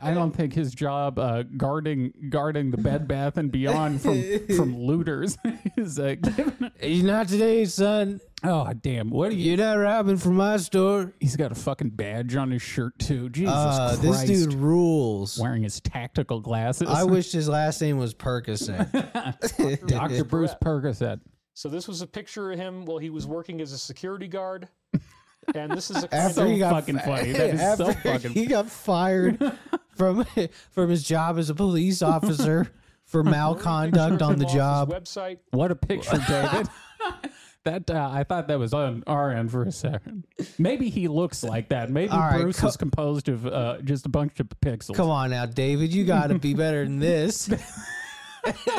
S1: I don't think his job uh, guarding guarding the Bed Bath and Beyond from from looters is uh, given.
S2: Not today, son.
S1: Oh damn, what are you?
S2: You're not robbing from my store.
S1: He's got a fucking badge on his shirt too. Jesus
S2: Uh, this
S1: Christ,
S2: dude rules.
S1: wearing his tactical glasses.
S2: I wish his last name was Percocet.
S1: Dr. Bruce Percocet.
S3: So this was a picture of him while he was working as a security guard. And this is a
S2: After
S3: kind
S1: So
S2: he got
S1: fucking funny. That is so
S2: After
S1: fucking.
S2: he got fired from from his job as a police officer for
S3: of
S2: malconduct on the
S3: His
S2: job.
S3: website.
S1: What a picture, David. that uh, I thought that was on our end for a second. Maybe he looks like that. Maybe
S2: All right,
S1: Bruce
S2: co-
S1: is composed of uh, just a bunch of pixels.
S2: Come on now, David, you got to be better than this.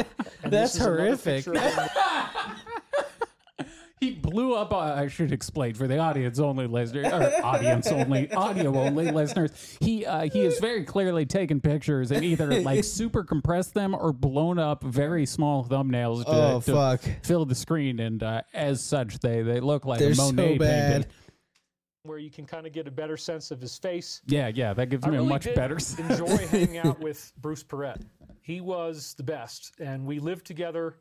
S3: And
S2: That's
S3: this is another
S2: horrific.
S3: picture of him.
S1: He blew up. Uh, I should explain for the audience only listeners, or audience only, audio only listeners. He uh, he has very clearly taken pictures and either like super compressed them or blown up very small thumbnails to,
S2: Oh,
S1: to
S2: fuck.
S1: fill the screen, and uh, as such, they they look like
S2: They're
S1: a
S2: so
S1: Monet
S2: bad.
S1: painting.
S3: Where you can kind of get a better sense of his face.
S1: Yeah, yeah, that gives
S3: I
S1: me
S3: really
S1: a much
S3: did
S1: better. sense.
S3: enjoy hanging out with Bruce Perret. He was the best, and we lived together.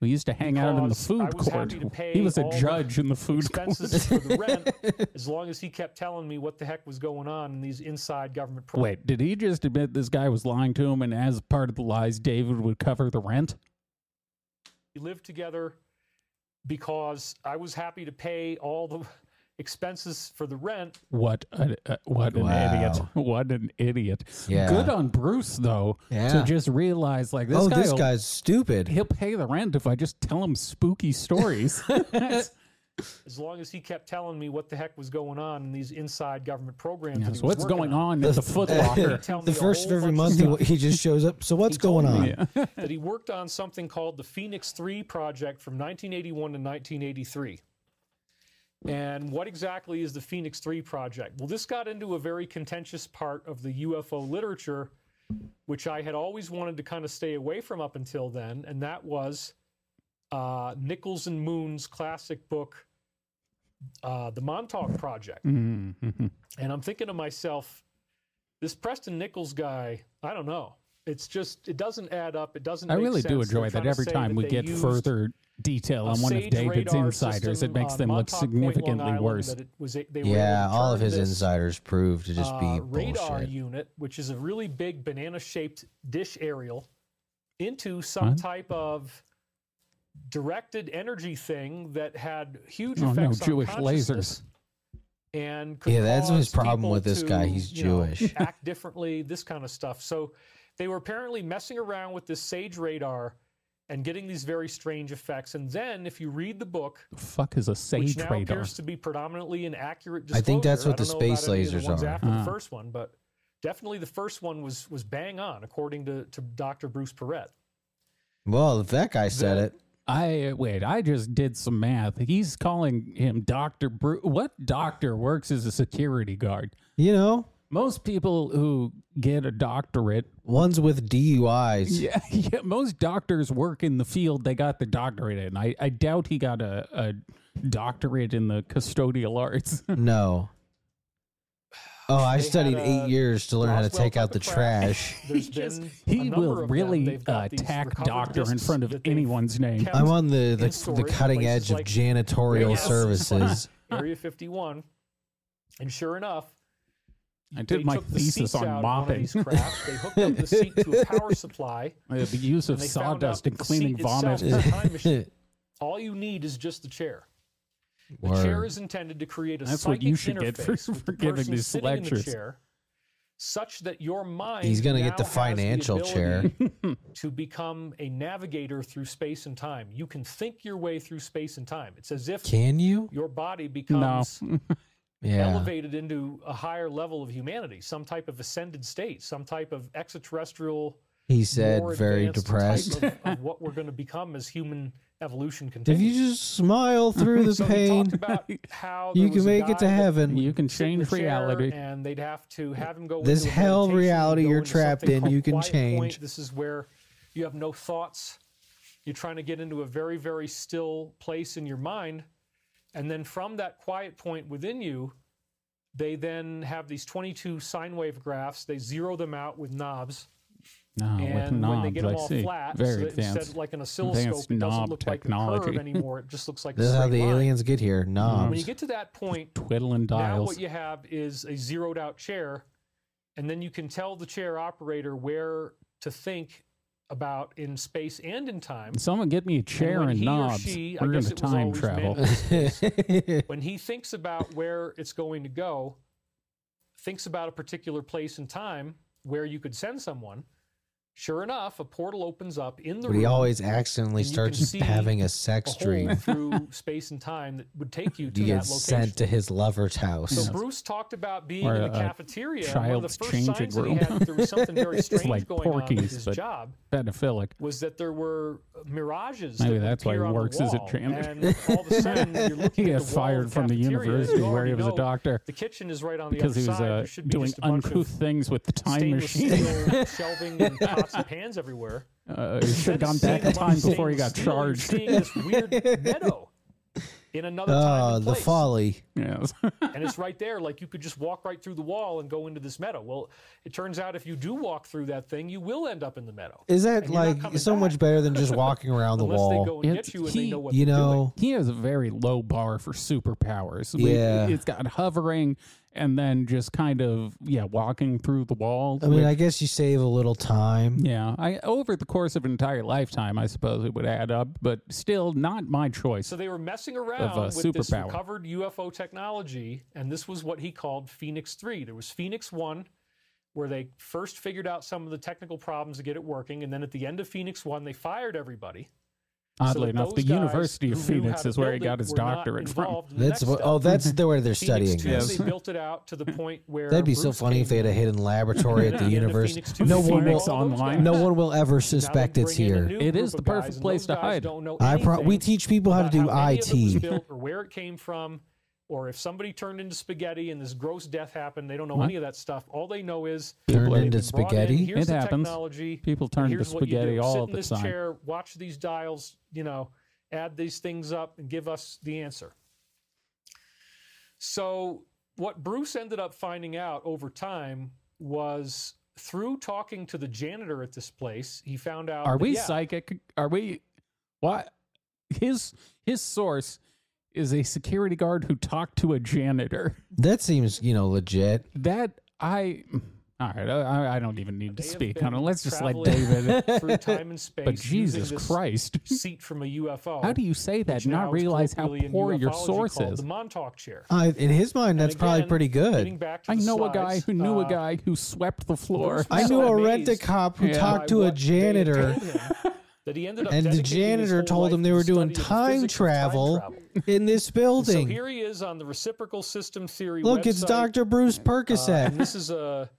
S1: We used to hang out in the
S3: because I
S1: food
S3: was
S1: court.
S3: happy to pay
S1: He was a
S3: all the
S1: judge in the food court.
S3: Expenses for the rent, as long as he kept telling me what the heck was going on in these inside government. Pro-
S1: Wait, did he just admit this guy was lying to him, and as part of the lies, David would cover the rent?
S3: we lived together because I was happy to pay all the expenses for the rent.
S1: What a uh, what an idiot!
S2: Wow.
S1: What an idiot!
S2: Yeah.
S1: Good on Bruce though
S2: Yeah.
S1: to just realize like this
S2: oh,
S1: guy.
S2: this
S1: will-
S2: guy's stupid.
S1: He'll pay the rent if I just tell him spooky stories. That's-
S3: As long as he kept telling me what the heck was going on in these inside government programs. that he
S1: yes,
S3: was
S1: what's
S3: working
S1: going
S3: on.
S1: on at the Foot Locker?
S3: tell
S2: the
S3: me a
S2: first of
S3: whole
S2: every
S3: bunch
S2: month,
S3: of
S2: he, he just shows up. So what's
S3: told
S2: going on?
S3: me that he worked on something called the Phoenix 3 project from 1981 to 1983. And what exactly is the Phoenix 3 project? Well, this got into a very contentious part of the UFO literature, which I had always wanted to kind of stay away from up until then, and that was uh, Nichols and Moon's classic book, uh, The Montauk Project.
S1: Mm, mhm.
S3: And I'm thinking to myself, this Preston Nichols guy, I don't know. It's just it doesn't add up. It doesn't.
S1: I
S3: make
S1: really do
S3: sense. They're
S1: enjoy that
S3: trying to
S1: every
S3: say
S1: time
S3: that
S1: we
S3: they
S1: get
S3: used
S1: further detail
S3: a
S1: on one of
S3: Sage
S1: David's
S3: radar
S1: insiders. It
S3: system
S1: makes
S3: on
S1: them look
S3: Montauk Point, Long
S1: significantly
S3: Island,
S1: worse.
S3: that it was- they were able
S2: Yeah,
S3: to
S2: all of
S3: turn
S2: his
S3: this,
S2: insiders proved to just
S3: uh,
S2: be
S3: radar
S2: bullshit.
S3: unit, which is a really big banana-shaped dish aerial, into some
S1: What?
S3: type of directed energy thing that had huge
S1: Oh, no,
S3: effects on
S1: Jewish lasers.
S3: consciousness and could
S2: Yeah, that's his
S3: cause
S2: problem
S3: people
S2: with this guy.
S3: to,
S2: He's
S3: you know,
S2: Jewish.
S3: act differently, this kind of stuff. So they were apparently messing around with this sage radar and getting these very strange effects. And then, if you read the book,
S1: The fuck is a sage
S3: which now
S1: radar?
S3: appears to be predominantly an accurate
S2: I
S3: disclosure.
S2: think that's what
S3: I don't
S2: the
S3: know about
S2: space
S3: any of the
S2: lasers
S3: ones
S2: are.
S3: After
S1: Ah.
S3: the first one, but definitely the first one was was bang on, according to, to Dr. Bruce Perret.
S2: Well, if that guy said
S3: The-
S2: it,
S1: I wait. I just did some math. He's calling him Doctor Bru. What doctor works as a security guard?
S2: you know,
S1: Most people who get a doctorate,
S2: ones with DUIs.
S1: yeah, yeah most doctors work in the field they got the doctorate in. I, I doubt he got a, a doctorate in the custodial arts.
S2: No. Oh, I
S3: They had
S2: studied
S3: a
S2: eight years to learn how to
S3: Roswell
S2: take
S3: type
S2: out
S3: of
S2: the
S3: crash.
S2: trash.
S3: There's
S1: Just-
S3: been a
S1: he
S3: number
S1: will
S3: of them.
S1: really
S3: They've got these
S1: attack
S3: recovered
S1: doctor in
S3: discs
S1: front of
S3: that they've
S1: anyone's name.
S3: kept
S2: I'm on the
S3: in
S2: the, the
S3: storage in
S2: cutting
S3: places
S2: edge of
S3: like
S2: janitorial
S3: warehouses like
S2: services.
S3: Area 51. And sure enough,
S1: I
S3: they
S1: did my
S3: took the
S1: thesis
S3: seats out
S1: on
S3: of one of
S1: mopping.
S3: these craft. They hooked up the seat to a power supply.
S1: Uh, the use of
S3: and they found
S1: sawdust
S3: out
S1: and
S3: the
S1: cleaning
S3: seat itself
S1: vomit.
S3: is a time machine. All you need is just the chair. The chair
S2: Word.
S3: is intended to create a
S1: That's what
S3: psychic
S1: you should get for-
S3: interface with
S1: for
S3: the
S1: giving
S3: person
S1: these
S3: sitting
S1: lectures.
S3: In the chair, such that your mind
S2: He's gonna get
S3: now
S2: the
S3: has
S2: financial chair.
S3: ability to become a navigator through space and time. You can think your way through space and time. It's as if
S2: Can you?
S3: your body
S1: No,
S3: becomes
S2: Yeah.
S3: elevated into a higher level of humanity, some type of ascended state, some type of extraterrestrial
S2: He said
S3: more
S2: very
S3: advanced
S2: depressed.
S3: type of, of what we're going to become as human evolution
S2: If
S3: continues.
S2: you just smile through the
S3: so he
S2: pain,
S3: talked about how there
S2: you
S3: was
S2: can
S3: a
S2: make it
S3: guy
S2: to
S3: that
S2: heaven.
S1: you can
S3: would sit in
S1: change
S3: the chair
S1: reality.
S3: and they'd have to have him go
S2: This
S3: into a
S2: hell
S3: meditation and
S2: reality
S3: go
S2: you're
S3: into something
S2: trapped in,
S3: called
S2: you can
S3: quiet
S2: change.
S3: Point. This is where you have no thoughts. You're trying to get into a very, very still place in your mind, and then from that quiet point within you, they then have these 22 sine wave graphs. They zero them out with knobs
S1: No, Ah, with
S3: and when
S1: knobs,
S3: they get them all
S1: I see.
S3: flat, so
S1: Very
S3: that
S1: advanced.
S3: instead of like an oscilloscope, it doesn't
S1: knob
S3: look like a
S1: technology.
S3: curve anymore. It just looks like a
S2: This is how
S3: straight
S2: the
S3: line.
S2: aliens get here.
S3: When you
S2: Knobs.
S3: get to that point,
S1: Twiddling
S3: now
S1: dials.
S3: what you have is a zeroed out chair, and then you can tell the chair operator where to think about in space and in time.
S1: Someone get me a chair
S3: when
S1: and,
S3: he or
S1: knobs.
S3: she- I
S1: We're gonna
S3: guess it was
S1: time
S3: always
S1: travel.
S3: men.
S2: yeah,
S3: When he thinks about where it's going to go, thinks about a particular place and time where you could send someone. Sure enough, a portal opens up in the
S2: but he
S3: room.
S2: always accidentally
S3: and you can
S2: starts
S3: see
S2: having a
S3: a
S2: sex
S3: hole
S2: dream.
S3: through space and time that would take you to
S2: You
S3: that
S2: get
S3: location.
S2: sent to his lover's house.
S3: so Bruce talked about being
S1: Or
S3: in the
S1: a
S3: cafeteria. and One of the
S1: child's
S3: first
S1: changing
S3: signs
S1: room.
S3: that he had that there was something very
S2: It's
S3: strange
S1: like
S3: going on with
S1: Porky's,
S3: his
S1: but-
S3: job
S1: Pedophilic.
S3: was that there were mirages.
S1: Maybe
S3: that would
S1: that's why he
S3: appear on the
S1: works as a
S3: wall,
S1: janitor.
S3: And all of a sudden, you're looking
S1: He
S3: at
S1: got
S3: the wall
S1: fired
S3: of
S1: from the
S3: cafeteria,
S1: university
S3: you
S1: where he
S3: already
S1: was a
S3: know
S1: doctor
S3: The kitchen is right on the
S1: because
S3: other
S1: he was
S3: side.
S1: uh,
S3: there should be
S1: doing
S3: just a bunch
S1: uncouth
S3: of
S1: things with the time
S3: stainless
S1: machine.
S3: steel shelving and pots and pans everywhere.
S1: Uh, he should have
S3: Instead of
S1: gone back in time
S3: seeing the mountain
S1: before he got
S3: stainless steel, you're
S1: charged.
S3: seeing this weird meadow in another time
S2: Oh,
S3: and
S2: the
S3: place.
S2: folly.
S1: Yes.
S3: and it's right there. Like you could just walk right through the wall and go into this meadow. Well, it turns out if you do walk through that thing, you will end up in the meadow.
S2: Is that
S3: And you're not
S2: like
S3: coming
S2: so much
S3: back.
S2: better than just walking around the
S3: Unless
S2: wall?
S3: they go and
S1: It's-
S3: get you and
S1: he-
S3: they know what
S2: you
S3: they're doing.
S2: know,
S1: he has a very low bar for superpowers. We-
S2: Yeah.
S1: it's got hovering and then just kind of yeah walking through the wall.
S2: I mean, I guess you save a little time.
S1: yeah, I over the course of an entire lifetime, I suppose it would add up, but still not my choice.
S3: So they were messing around
S1: uh,
S3: with this
S1: superpower.
S3: recovered UFO technology, and this was what he called Phoenix 3. There was Phoenix 1, where they first figured out some of the technical problems to get it working, and then at the end of Phoenix 1, they fired everybody.
S1: Oddly
S3: that
S1: enough, the
S3: those guys
S1: University of
S3: who knew how
S1: Phoenix
S3: to
S1: is where he
S3: build
S1: got
S3: it
S1: his
S3: were not
S1: doctorate from.
S3: involved in the
S2: That's
S3: next
S2: what, oh,
S3: step.
S2: that's the where they're
S3: Phoenix
S2: studying.
S3: two,
S2: this.
S3: They built it out to the point where
S2: That'd be so
S3: Bruce
S2: funny if they
S3: came
S2: had a hidden laboratory
S3: in
S2: at the
S3: end of
S2: universe.
S3: Phoenix two,
S2: No
S3: they
S2: one
S3: fired
S1: Phoenix
S2: will,
S3: all those
S1: Online.
S3: guys.
S2: no
S3: Now
S2: one will ever
S3: they
S2: suspect it's
S3: bring in a
S2: here.
S3: new
S1: It is
S3: group
S1: the
S3: of
S1: perfect
S3: guys, and
S1: place
S3: those
S1: to
S3: guys
S1: hide.
S3: don't know
S2: I pro- we
S3: anything
S2: teach people how to
S3: about
S2: do
S3: how any of it was
S2: IT.
S3: built or where it came from, or if somebody turned into spaghetti and this gross death happened. They don't know
S1: What?
S3: any of that stuff. All they know is
S2: Turned
S3: they've
S2: into
S3: been brought in,
S2: spaghetti.
S3: here's
S1: It
S3: the
S1: happens.
S3: Technology.
S1: People
S3: and
S1: turn into
S3: here's what you
S1: spaghetti
S3: do.
S1: all
S3: Sit
S1: of
S3: in
S1: the
S3: this
S1: time.
S3: chair, watch these dials. You know, add these things up and give us the answer. So what Bruce ended up finding out over time was through talking to the janitor at this place, he found out.
S1: Are
S3: that,
S1: we
S3: uh, yeah,
S1: psychic? Are we? Why? His his source is a security guard who talked to a janitor.
S2: That seems, you know, legit.
S1: That I. All right, I, I don't even need to
S3: they have
S1: speak on it.
S3: been
S1: Let's just let
S3: traveling
S1: David.
S3: through time and space.
S1: but
S3: using
S1: Jesus
S3: this
S1: Christ,
S3: Seat from a UFO.
S1: how do you say that?
S3: which
S1: and
S3: now
S1: Not
S3: is
S1: realize how
S3: colloquially in
S1: poor your
S3: ufology
S1: source
S3: called
S1: is.
S3: The Montauk chair.
S2: I, in his mind,
S3: And
S2: that's probably
S3: again,
S2: pretty
S3: getting
S2: good.
S3: back to
S1: I
S3: the
S1: know a guy
S3: slides,
S1: who knew
S3: uh,
S1: a guy who swept the floor.
S3: those
S2: I knew
S3: were so
S2: a
S3: amazed
S2: rent a cop who
S1: Yeah.
S3: by
S2: talked to a
S3: what they had
S2: janitor.
S3: told him, that he ended up
S2: And the
S3: dedicating his
S2: janitor
S3: whole
S2: told
S3: life
S2: him they
S3: to
S2: were doing
S3: study the
S2: time
S3: physics of
S2: travel.
S3: travel.
S2: in this
S3: So
S2: building.
S3: here he is on the reciprocal system theory.
S2: Look, it's
S3: website.
S2: Dr. Bruce
S3: Uh, and
S2: Percocet.
S3: this is a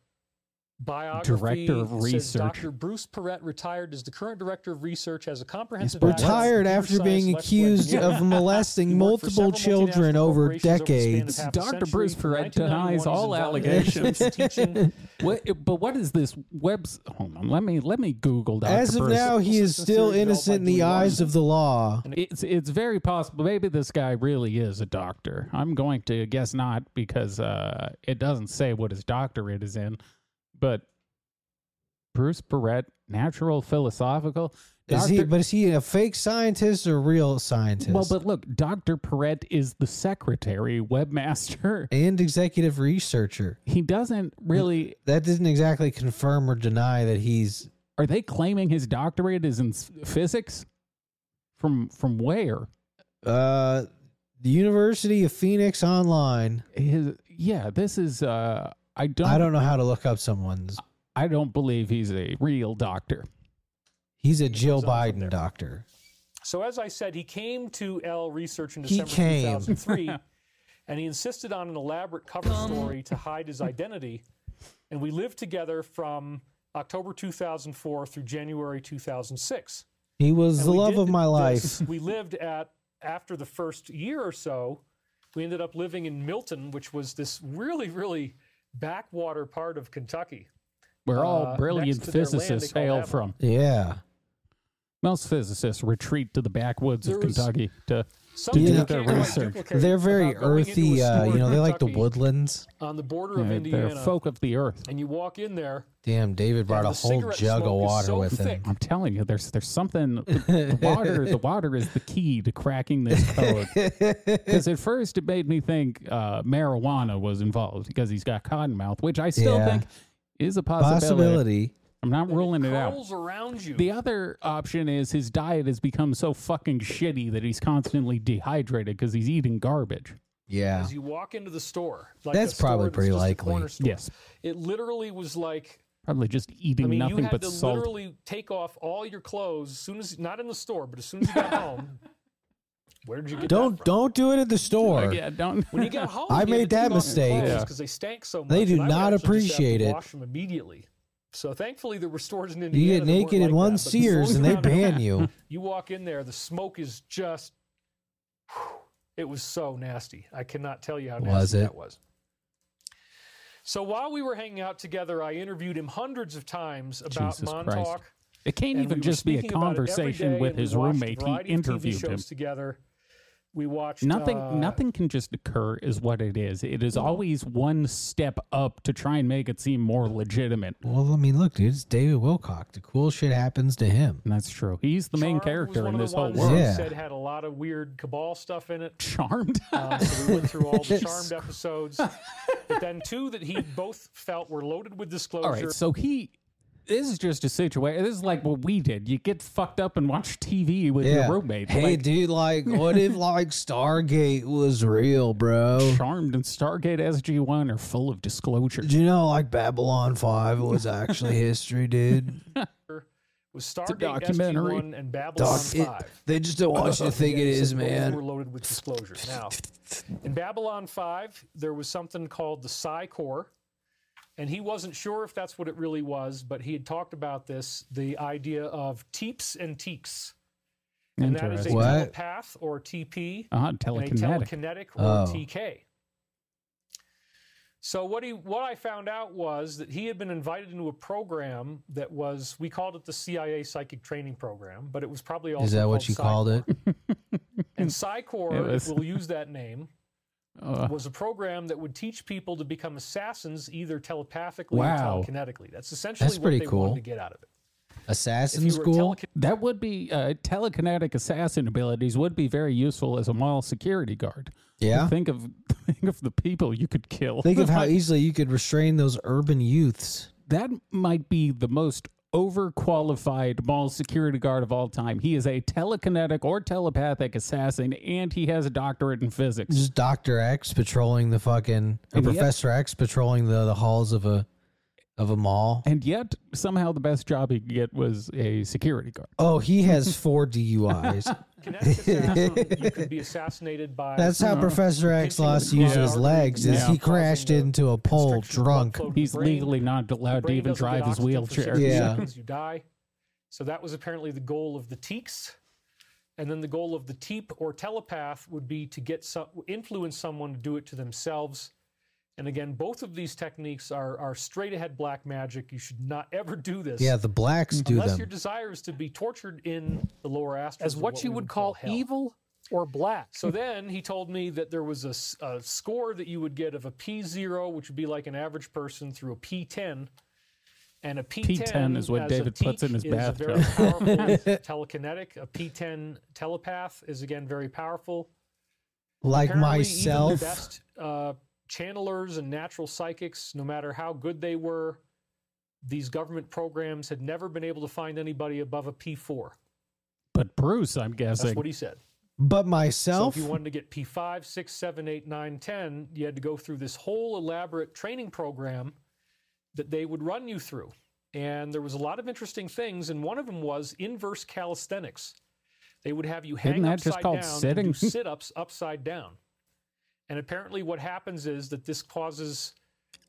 S3: biography.
S1: Director of
S3: It says
S1: research.
S3: Dr. Bruce Perrett retired as the current director of research, has a comprehensive. background in
S2: Retired
S3: computer
S2: after
S3: science,
S2: being
S3: electrical
S2: accused
S3: engineering.
S2: of molesting
S3: He worked for
S2: multiple
S3: several
S2: children
S3: multinational
S2: over
S3: corporations the span of
S2: decades.
S3: half a
S1: Dr.
S3: century.
S1: Bruce
S3: From
S1: Perrett denies
S3: 1991, he's
S1: all
S3: involved in education, teaching,
S1: What, but what is this webs? Hold on, let me let me Google Dr.
S2: As of
S1: Bruce.
S2: now, he is
S3: Assistant
S2: still
S3: theory developed by
S2: innocent in the
S3: Dewey
S2: eyes
S3: Lawson.
S2: of the law.
S1: It's it's very possible. Maybe this guy really is a doctor. I'm going to guess not because uh, it doesn't say what his doctorate is in. But Bruce Barrett, natural philosophical.
S2: Is he?
S1: Dr.
S2: But is he a fake scientist or a real scientist?
S1: well, but look, Doctor Perret is the secretary, webmaster.
S2: and executive researcher.
S1: He doesn't really.
S2: That doesn't exactly confirm or deny that he's.
S1: Are they claiming his doctorate is in s- physics? From from where?
S2: Uh, the University of Phoenix Online.
S1: His yeah. This is uh. I don't.
S2: I don't know how to look up someone's.
S1: I don't believe he's a real doctor.
S2: He's a Jill
S3: goes on from there.
S2: Biden doctor.
S3: So as I said, he came to L Research in
S2: He
S3: December
S2: came.
S3: 2003, and he insisted on an elaborate cover story to hide his identity. And we lived together from October 2004 through January 2006.
S2: He was
S3: And
S2: the
S3: we
S2: love
S3: did
S2: of my
S3: this-
S2: life.
S3: We lived at after the first year or so, we ended up living in Milton, which was this really, really backwater part of Kentucky.
S1: where
S3: Uh,
S1: all
S3: next
S1: brilliant
S3: to their land, they
S1: physicists
S3: call
S1: hail
S3: that
S1: from.
S2: Yeah.
S1: Most physicists retreat to the backwoods of
S3: There was-
S1: Kentucky to.
S3: Something
S2: Yeah.
S3: you can't quite
S1: Research.
S3: duplicate
S2: They're very
S3: about going into
S2: earthy.
S3: a
S2: Uh,
S3: store
S2: you
S3: in
S2: know, they like the
S3: Kentucky
S2: woodlands.
S3: on the border
S1: Uh,
S3: of
S1: they're
S3: Indiana.
S1: folk of the earth.
S3: and you walk in there,
S2: Damn, David brought a
S3: And the
S2: whole
S3: cigarette
S2: jug of
S3: smoke is
S2: water
S3: so
S2: with him.
S3: thick.
S1: I'm telling you, there's there's something. The water, the water is the key to cracking this code. Because at first it made me think uh, marijuana was involved because he's got cottonmouth, which I still
S2: Yeah.
S1: think is a possibility.
S2: Possibility.
S1: I'm not ruling it out.
S3: curls around you.
S1: The other option is his diet has become so fucking shitty that he's constantly dehydrated because he's eating garbage.
S2: Yeah.
S3: as you walk into the store, like
S2: That's
S3: a store
S2: probably pretty
S3: just a
S2: likely.
S3: corner store.
S1: Yes.
S3: it literally was like
S1: Probably just eating
S3: I mean, you
S1: nothing
S3: had
S1: but
S3: to
S1: salt.
S3: literally take off all your clothes as soon as not in the store, but as soon as you got home. Where did you get
S2: Don't
S3: that from?
S2: don't do it at the store.
S1: yeah, don't.
S3: When you got home,
S2: I
S3: you had
S2: made
S3: to take
S2: that
S3: off your
S2: mistake.
S3: clothes
S1: Yeah.
S3: 'cause they stank so much.
S2: They do
S3: and I would
S2: not
S3: actually just have to
S2: appreciate it.
S3: Wash them immediately. So thankfully, there were stores in Indiana.
S2: You get
S3: that weren't
S2: naked
S3: like
S2: in one
S3: that, but the
S2: Sears
S3: stores
S2: and they
S3: around here-
S2: ban you.
S3: You walk in there, the smoke is just. It was so nasty. I cannot tell you how nasty
S2: Was it?
S3: that was. So while we were hanging out together, I interviewed him hundreds of times about
S1: Jesus Christ.
S3: Montauk.
S1: It can't
S3: and
S1: even
S3: we were
S1: just be a
S3: speaking about it every
S1: conversation
S3: day,
S1: with
S3: and we
S1: his
S3: watched a
S1: roommate. He
S3: variety of TV
S1: interviewed him.
S3: shows together. We watched
S1: Nothing,
S3: uh,
S1: nothing can just occur, is what it is. It is always one step up to try and make it seem more legitimate.
S2: Well, I mean, look, dude, it's David Wilcock. The cool shit happens to him.
S1: And that's true. He's the main
S3: Charmed was
S1: character in
S3: one of the
S1: this whole
S3: ones
S1: world.
S3: that
S2: Yeah.
S3: Said had a lot of weird cabal stuff in it.
S1: Charmed.
S3: Um, so we went through all the charmed episodes, but then two that he both felt were loaded with disclosure.
S1: All right, so he. This is just a situation. This is like what we did. You get fucked up and watch TV with
S2: Yeah.
S1: your roommate.
S2: Hey,
S1: like,
S2: dude, like, what if like Stargate was real, bro?
S1: Charmed and Stargate SG One are full of disclosure.
S2: Do you know like Babylon Five was actually history, dude?
S3: was Stargate
S1: documentary.
S3: SG-1 and Babylon
S2: Dog, it-
S3: 5.
S2: they just don't want you to think it
S3: Yes,
S2: is,
S3: and both Were
S2: man.
S3: loaded with disclosure. Now, in Babylon 5, there was something called the Psi Corps, and he wasn't sure if that's what it really was, but he had talked about this the idea of teeps and teeks. And that is a
S1: Interesting.
S2: What?
S3: telepath or TP
S1: Uh,
S3: and a
S1: telekinetic.
S3: telekinetic
S2: Oh.
S3: or TK. So what he what I found out was that he had been invited into a program that was we called it the CIA Psychic Training Program, but it was probably also
S2: Is that what you called
S3: called
S2: it?
S3: it? And Psycor
S1: It was.
S3: will use that name
S1: Uh,
S3: was a program that would teach people to become assassins either telepathically
S1: Wow.
S3: or telekinetically. That's essentially
S2: That's
S3: what
S2: pretty
S3: they
S2: cool.
S3: wanted to get out of it. If
S2: Assassin
S3: you were a
S2: school.
S3: telekin-
S1: That would be uh, telekinetic assassin abilities would be very useful as a mall security guard.
S2: yeah.
S1: Think of think of the people you could kill.
S2: Think of how easily you could restrain those urban youths.
S1: that might be the most overqualified mall security guard of all time. He is a telekinetic or telepathic assassin, and he has a doctorate in physics.
S2: Just Doctor X patrolling the fucking or
S1: And yet-
S2: Professor X patrolling the, the halls of a of a mall.
S1: And yet, somehow, the best job he could get was a security guard.
S2: Oh, he has four DUIs.
S3: kinetic assassin, you could be assassinated by.
S2: That's how Professor X
S3: Pinching
S2: lost
S3: the
S2: use of
S3: car
S2: his
S3: or
S2: legs is
S1: yeah.
S2: he crashed
S3: causing the
S2: into a pole
S3: constriction of blood
S2: drunk.
S3: flow to the
S1: He's
S3: brain.
S1: legally not allowed to
S3: Brain
S1: even
S3: doesn't get
S1: drive his
S3: oxygen for
S1: wheelchair.
S3: 60
S2: Yeah.
S3: seconds, you die. So that was apparently the goal of the teeks. And then the goal of the teep or telepath would be to get some, influence someone to do it to themselves. And again, both of these techniques are, are straight ahead black magic. You should not ever do this.
S2: Yeah, the blacks do
S3: unless your
S2: them.
S3: desire is to be tortured in the lower astral
S5: as what, you would call evil or black.
S3: So then he told me that there was a s- a, score that you would get of a P0, which would be like an average person, through a P10. And a P10,
S1: P10 is what
S3: as a
S1: David puts in his
S3: teak is a very powerful telekinetic. A P10 telepath is again very powerful.
S2: Like
S3: Apparently, Even
S2: myself.
S3: the best uh, channelers and natural psychics, no matter how good they were, these government programs had never been able to find anybody above a P4.
S1: But Bruce, I'm
S3: That's
S1: guessing,
S3: what he said.
S2: But
S3: So
S2: myself,
S3: if you wanted to get P5, 6, 7, 8, 9, 10, you had to go through this whole elaborate training program that they would run you through. And there was a lot of interesting things, and one of them was inverse calisthenics. They would have you hang
S1: Isn't that
S3: upside
S1: just called
S3: down
S1: sitting?
S3: and do sit-ups upside down. And apparently what happens is that this causes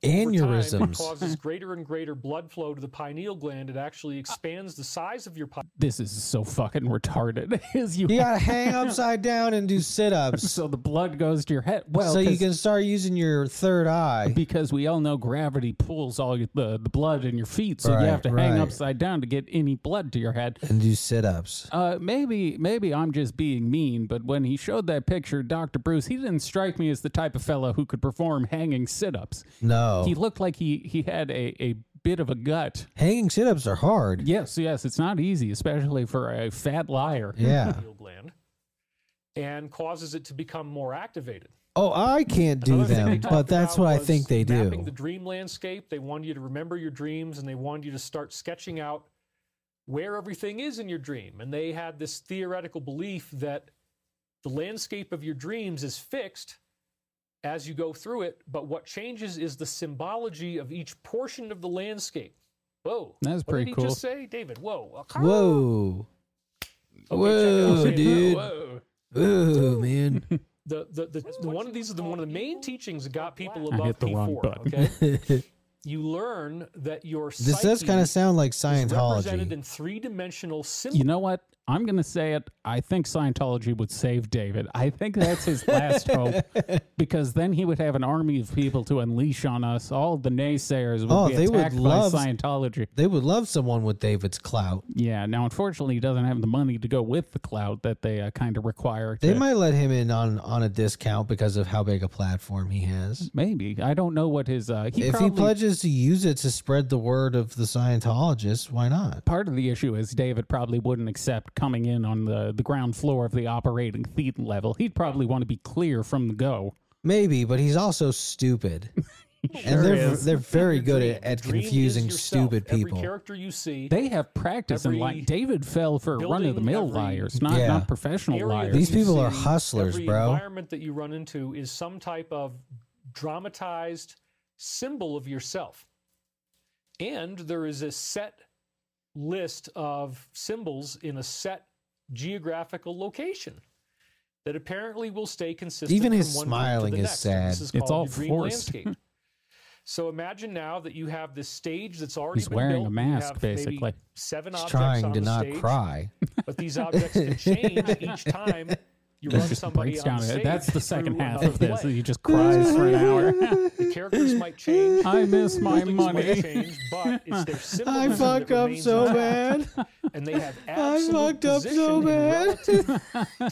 S3: over time, it
S2: aneurysms.
S3: causes greater and greater blood flow to the pineal gland. It actually expands the size of your pineal
S1: this is so fucking retarded. Is you
S2: You gotta hang upside down and do sit ups.
S1: so the blood goes to your head. Well,
S2: so you
S1: 'cause-
S2: can start using your third eye.
S1: because we all know gravity pulls all your, the the blood in your feet, so
S2: Right,
S1: you have to hang
S2: right.
S1: upside down to get any blood to your head.
S2: And do sit ups.
S1: Uh, maybe maybe I'm just being mean, but when he showed that picture, Doctor Bruce, he didn't strike me as the type of fellow who could perform hanging sit-ups.
S2: No.
S1: He looked like he he had a a bit of a gut.
S2: Hanging sit ups are hard.
S1: Yes, yes, it's not easy, especially for a fat liar.
S2: Yeah.
S3: pineal gland and causes it to become more activated.
S2: Oh, I can't do
S3: Another thing they
S2: them,
S3: talked
S2: but that's
S3: about
S2: what I
S3: was
S2: think they
S3: Mapping
S2: do.
S3: the dream landscape. They wanted you to remember your dreams and they wanted you to start sketching out where everything is in your dream. And they had this theoretical belief that the landscape of your dreams is fixed as you go through it, but what changes is the symbology of each portion of the landscape. Whoa.
S1: That's
S3: What
S1: pretty
S3: did
S1: cool.
S3: he just say? David, whoa.
S2: Whoa. Whoa,
S3: check it out.
S2: dude.
S3: Whoa.
S2: Ooh, man.
S3: the the, the, the one of these are the one of the main teachings that got people
S1: I
S3: above
S1: hit the
S3: P4.
S1: wrong button.
S3: Okay, you learn that your
S2: This does
S3: psyche
S2: kind of sound like
S3: is represented
S2: Scientology.
S3: in three dimensional symbols.
S1: You know what? I'm going to say it. I think Scientology would save David. I think that's his last hope because then he would have an army of people to unleash on us. All the naysayers would
S2: Oh,
S1: be
S2: they would
S1: attacked
S2: love-
S1: by Scientology.
S2: They would love someone with David's clout.
S1: Yeah. Now, unfortunately, he doesn't have the money to go with the cloud that they uh, kind of require.
S2: They
S1: to-
S2: might let him in on on a discount because of how big a platform he has.
S1: Maybe. I don't know what his. Uh, he
S2: if
S1: probably,
S2: he pledges to use it to spread the word of the Scientologists, why not?
S1: Part of the issue is David probably wouldn't accept coming in on the, the ground floor of the operating theater level. He'd probably want to be clear from the go.
S2: Maybe, but he's also stupid. and they're they're very good at, at
S3: Dream is
S2: confusing
S3: yourself.
S2: stupid
S3: Every
S2: people.
S3: character you see,
S1: They have practice and like
S3: Every
S1: David fell for run of the mill
S3: building, every
S1: liars, not
S2: Yeah.
S1: not professional
S3: area
S1: liars.
S3: that
S2: These
S3: you
S2: people are
S3: see,
S2: hustlers,
S3: every
S2: bro.
S3: environment that you run into is some type of dramatized symbol of yourself. And there is a set list of symbols in a set geographical location that apparently will stay consistent.
S2: Even
S3: from
S2: his
S3: one group to
S2: smiling
S3: the
S2: is
S3: next, and This
S2: sad.
S3: is
S1: It's
S3: called
S1: all
S3: your dream
S1: forced.
S3: landscape. So imagine now that you have this stage that's already
S1: He's
S3: been
S1: wearing a
S3: built. You
S1: mask,
S3: have maybe
S1: basically.
S3: Seven
S2: He's
S3: objects
S2: trying
S3: on
S2: to
S3: the
S2: not
S3: stage
S2: cry.
S3: but these objects can change each time You
S1: It
S3: run
S1: just
S3: somebody
S1: breaks
S3: on
S1: down.
S3: stage
S1: That's the
S3: through
S1: second half
S3: another
S1: of this.
S3: play.
S1: He just cries for an hour.
S3: The characters might change.
S1: I miss my
S3: buildings might
S1: money.
S3: change, but it's their
S2: I
S3: symbolism that
S2: fucked up
S3: remains
S2: so
S3: intact,
S2: bad.
S3: And they have
S2: I
S3: absolute
S2: fucked up
S3: position
S2: so
S3: in
S2: bad.
S3: relative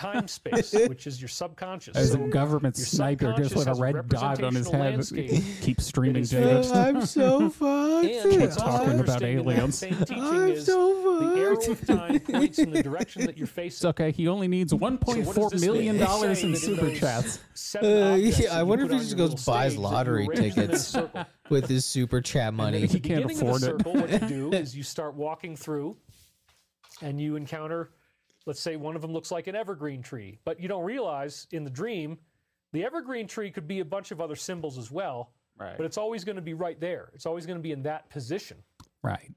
S3: time space, which is your subconscious.
S1: As a
S3: So
S1: government
S3: your
S1: sniper, just with a
S3: subconscious has
S1: red dot on his head,
S3: representational landscape.
S1: keeps
S3: It
S1: streaming
S3: is
S1: Jacobs.
S3: very-
S2: I'm so
S3: And what's
S2: fucked.
S3: also
S1: Talking about
S3: interesting in that
S1: aliens.
S3: same teaching
S2: I'm
S3: is
S2: so
S3: the arrow
S2: fucked.
S3: of time points in the direction that you're facing.
S1: It's okay. He only needs one
S3: So
S1: point
S3: what
S1: four
S3: does this
S1: million
S3: mean? It's
S1: dollars
S3: saying
S1: in
S3: that
S1: super
S3: those
S1: chats.
S3: seven
S2: Uh,
S3: objects
S2: yeah,
S3: that
S2: I
S3: you
S2: wonder if
S3: put
S2: he
S3: on
S2: just
S3: your
S2: goes
S3: little
S2: buys
S3: stage that you
S2: lottery
S3: arrange them in a
S2: tickets.
S3: circle.
S2: With his super chat money.
S3: At the
S1: He can't
S3: beginning
S1: afford
S3: of the
S1: it.
S3: circle, what you do is you start walking through, and you encounter, let's say, one of them looks like an evergreen tree, but you don't realize in the dream, the evergreen tree could be a bunch of other symbols as well.
S1: Right.
S3: But it's always going to be right there. It's always going to be in that position.
S1: Right.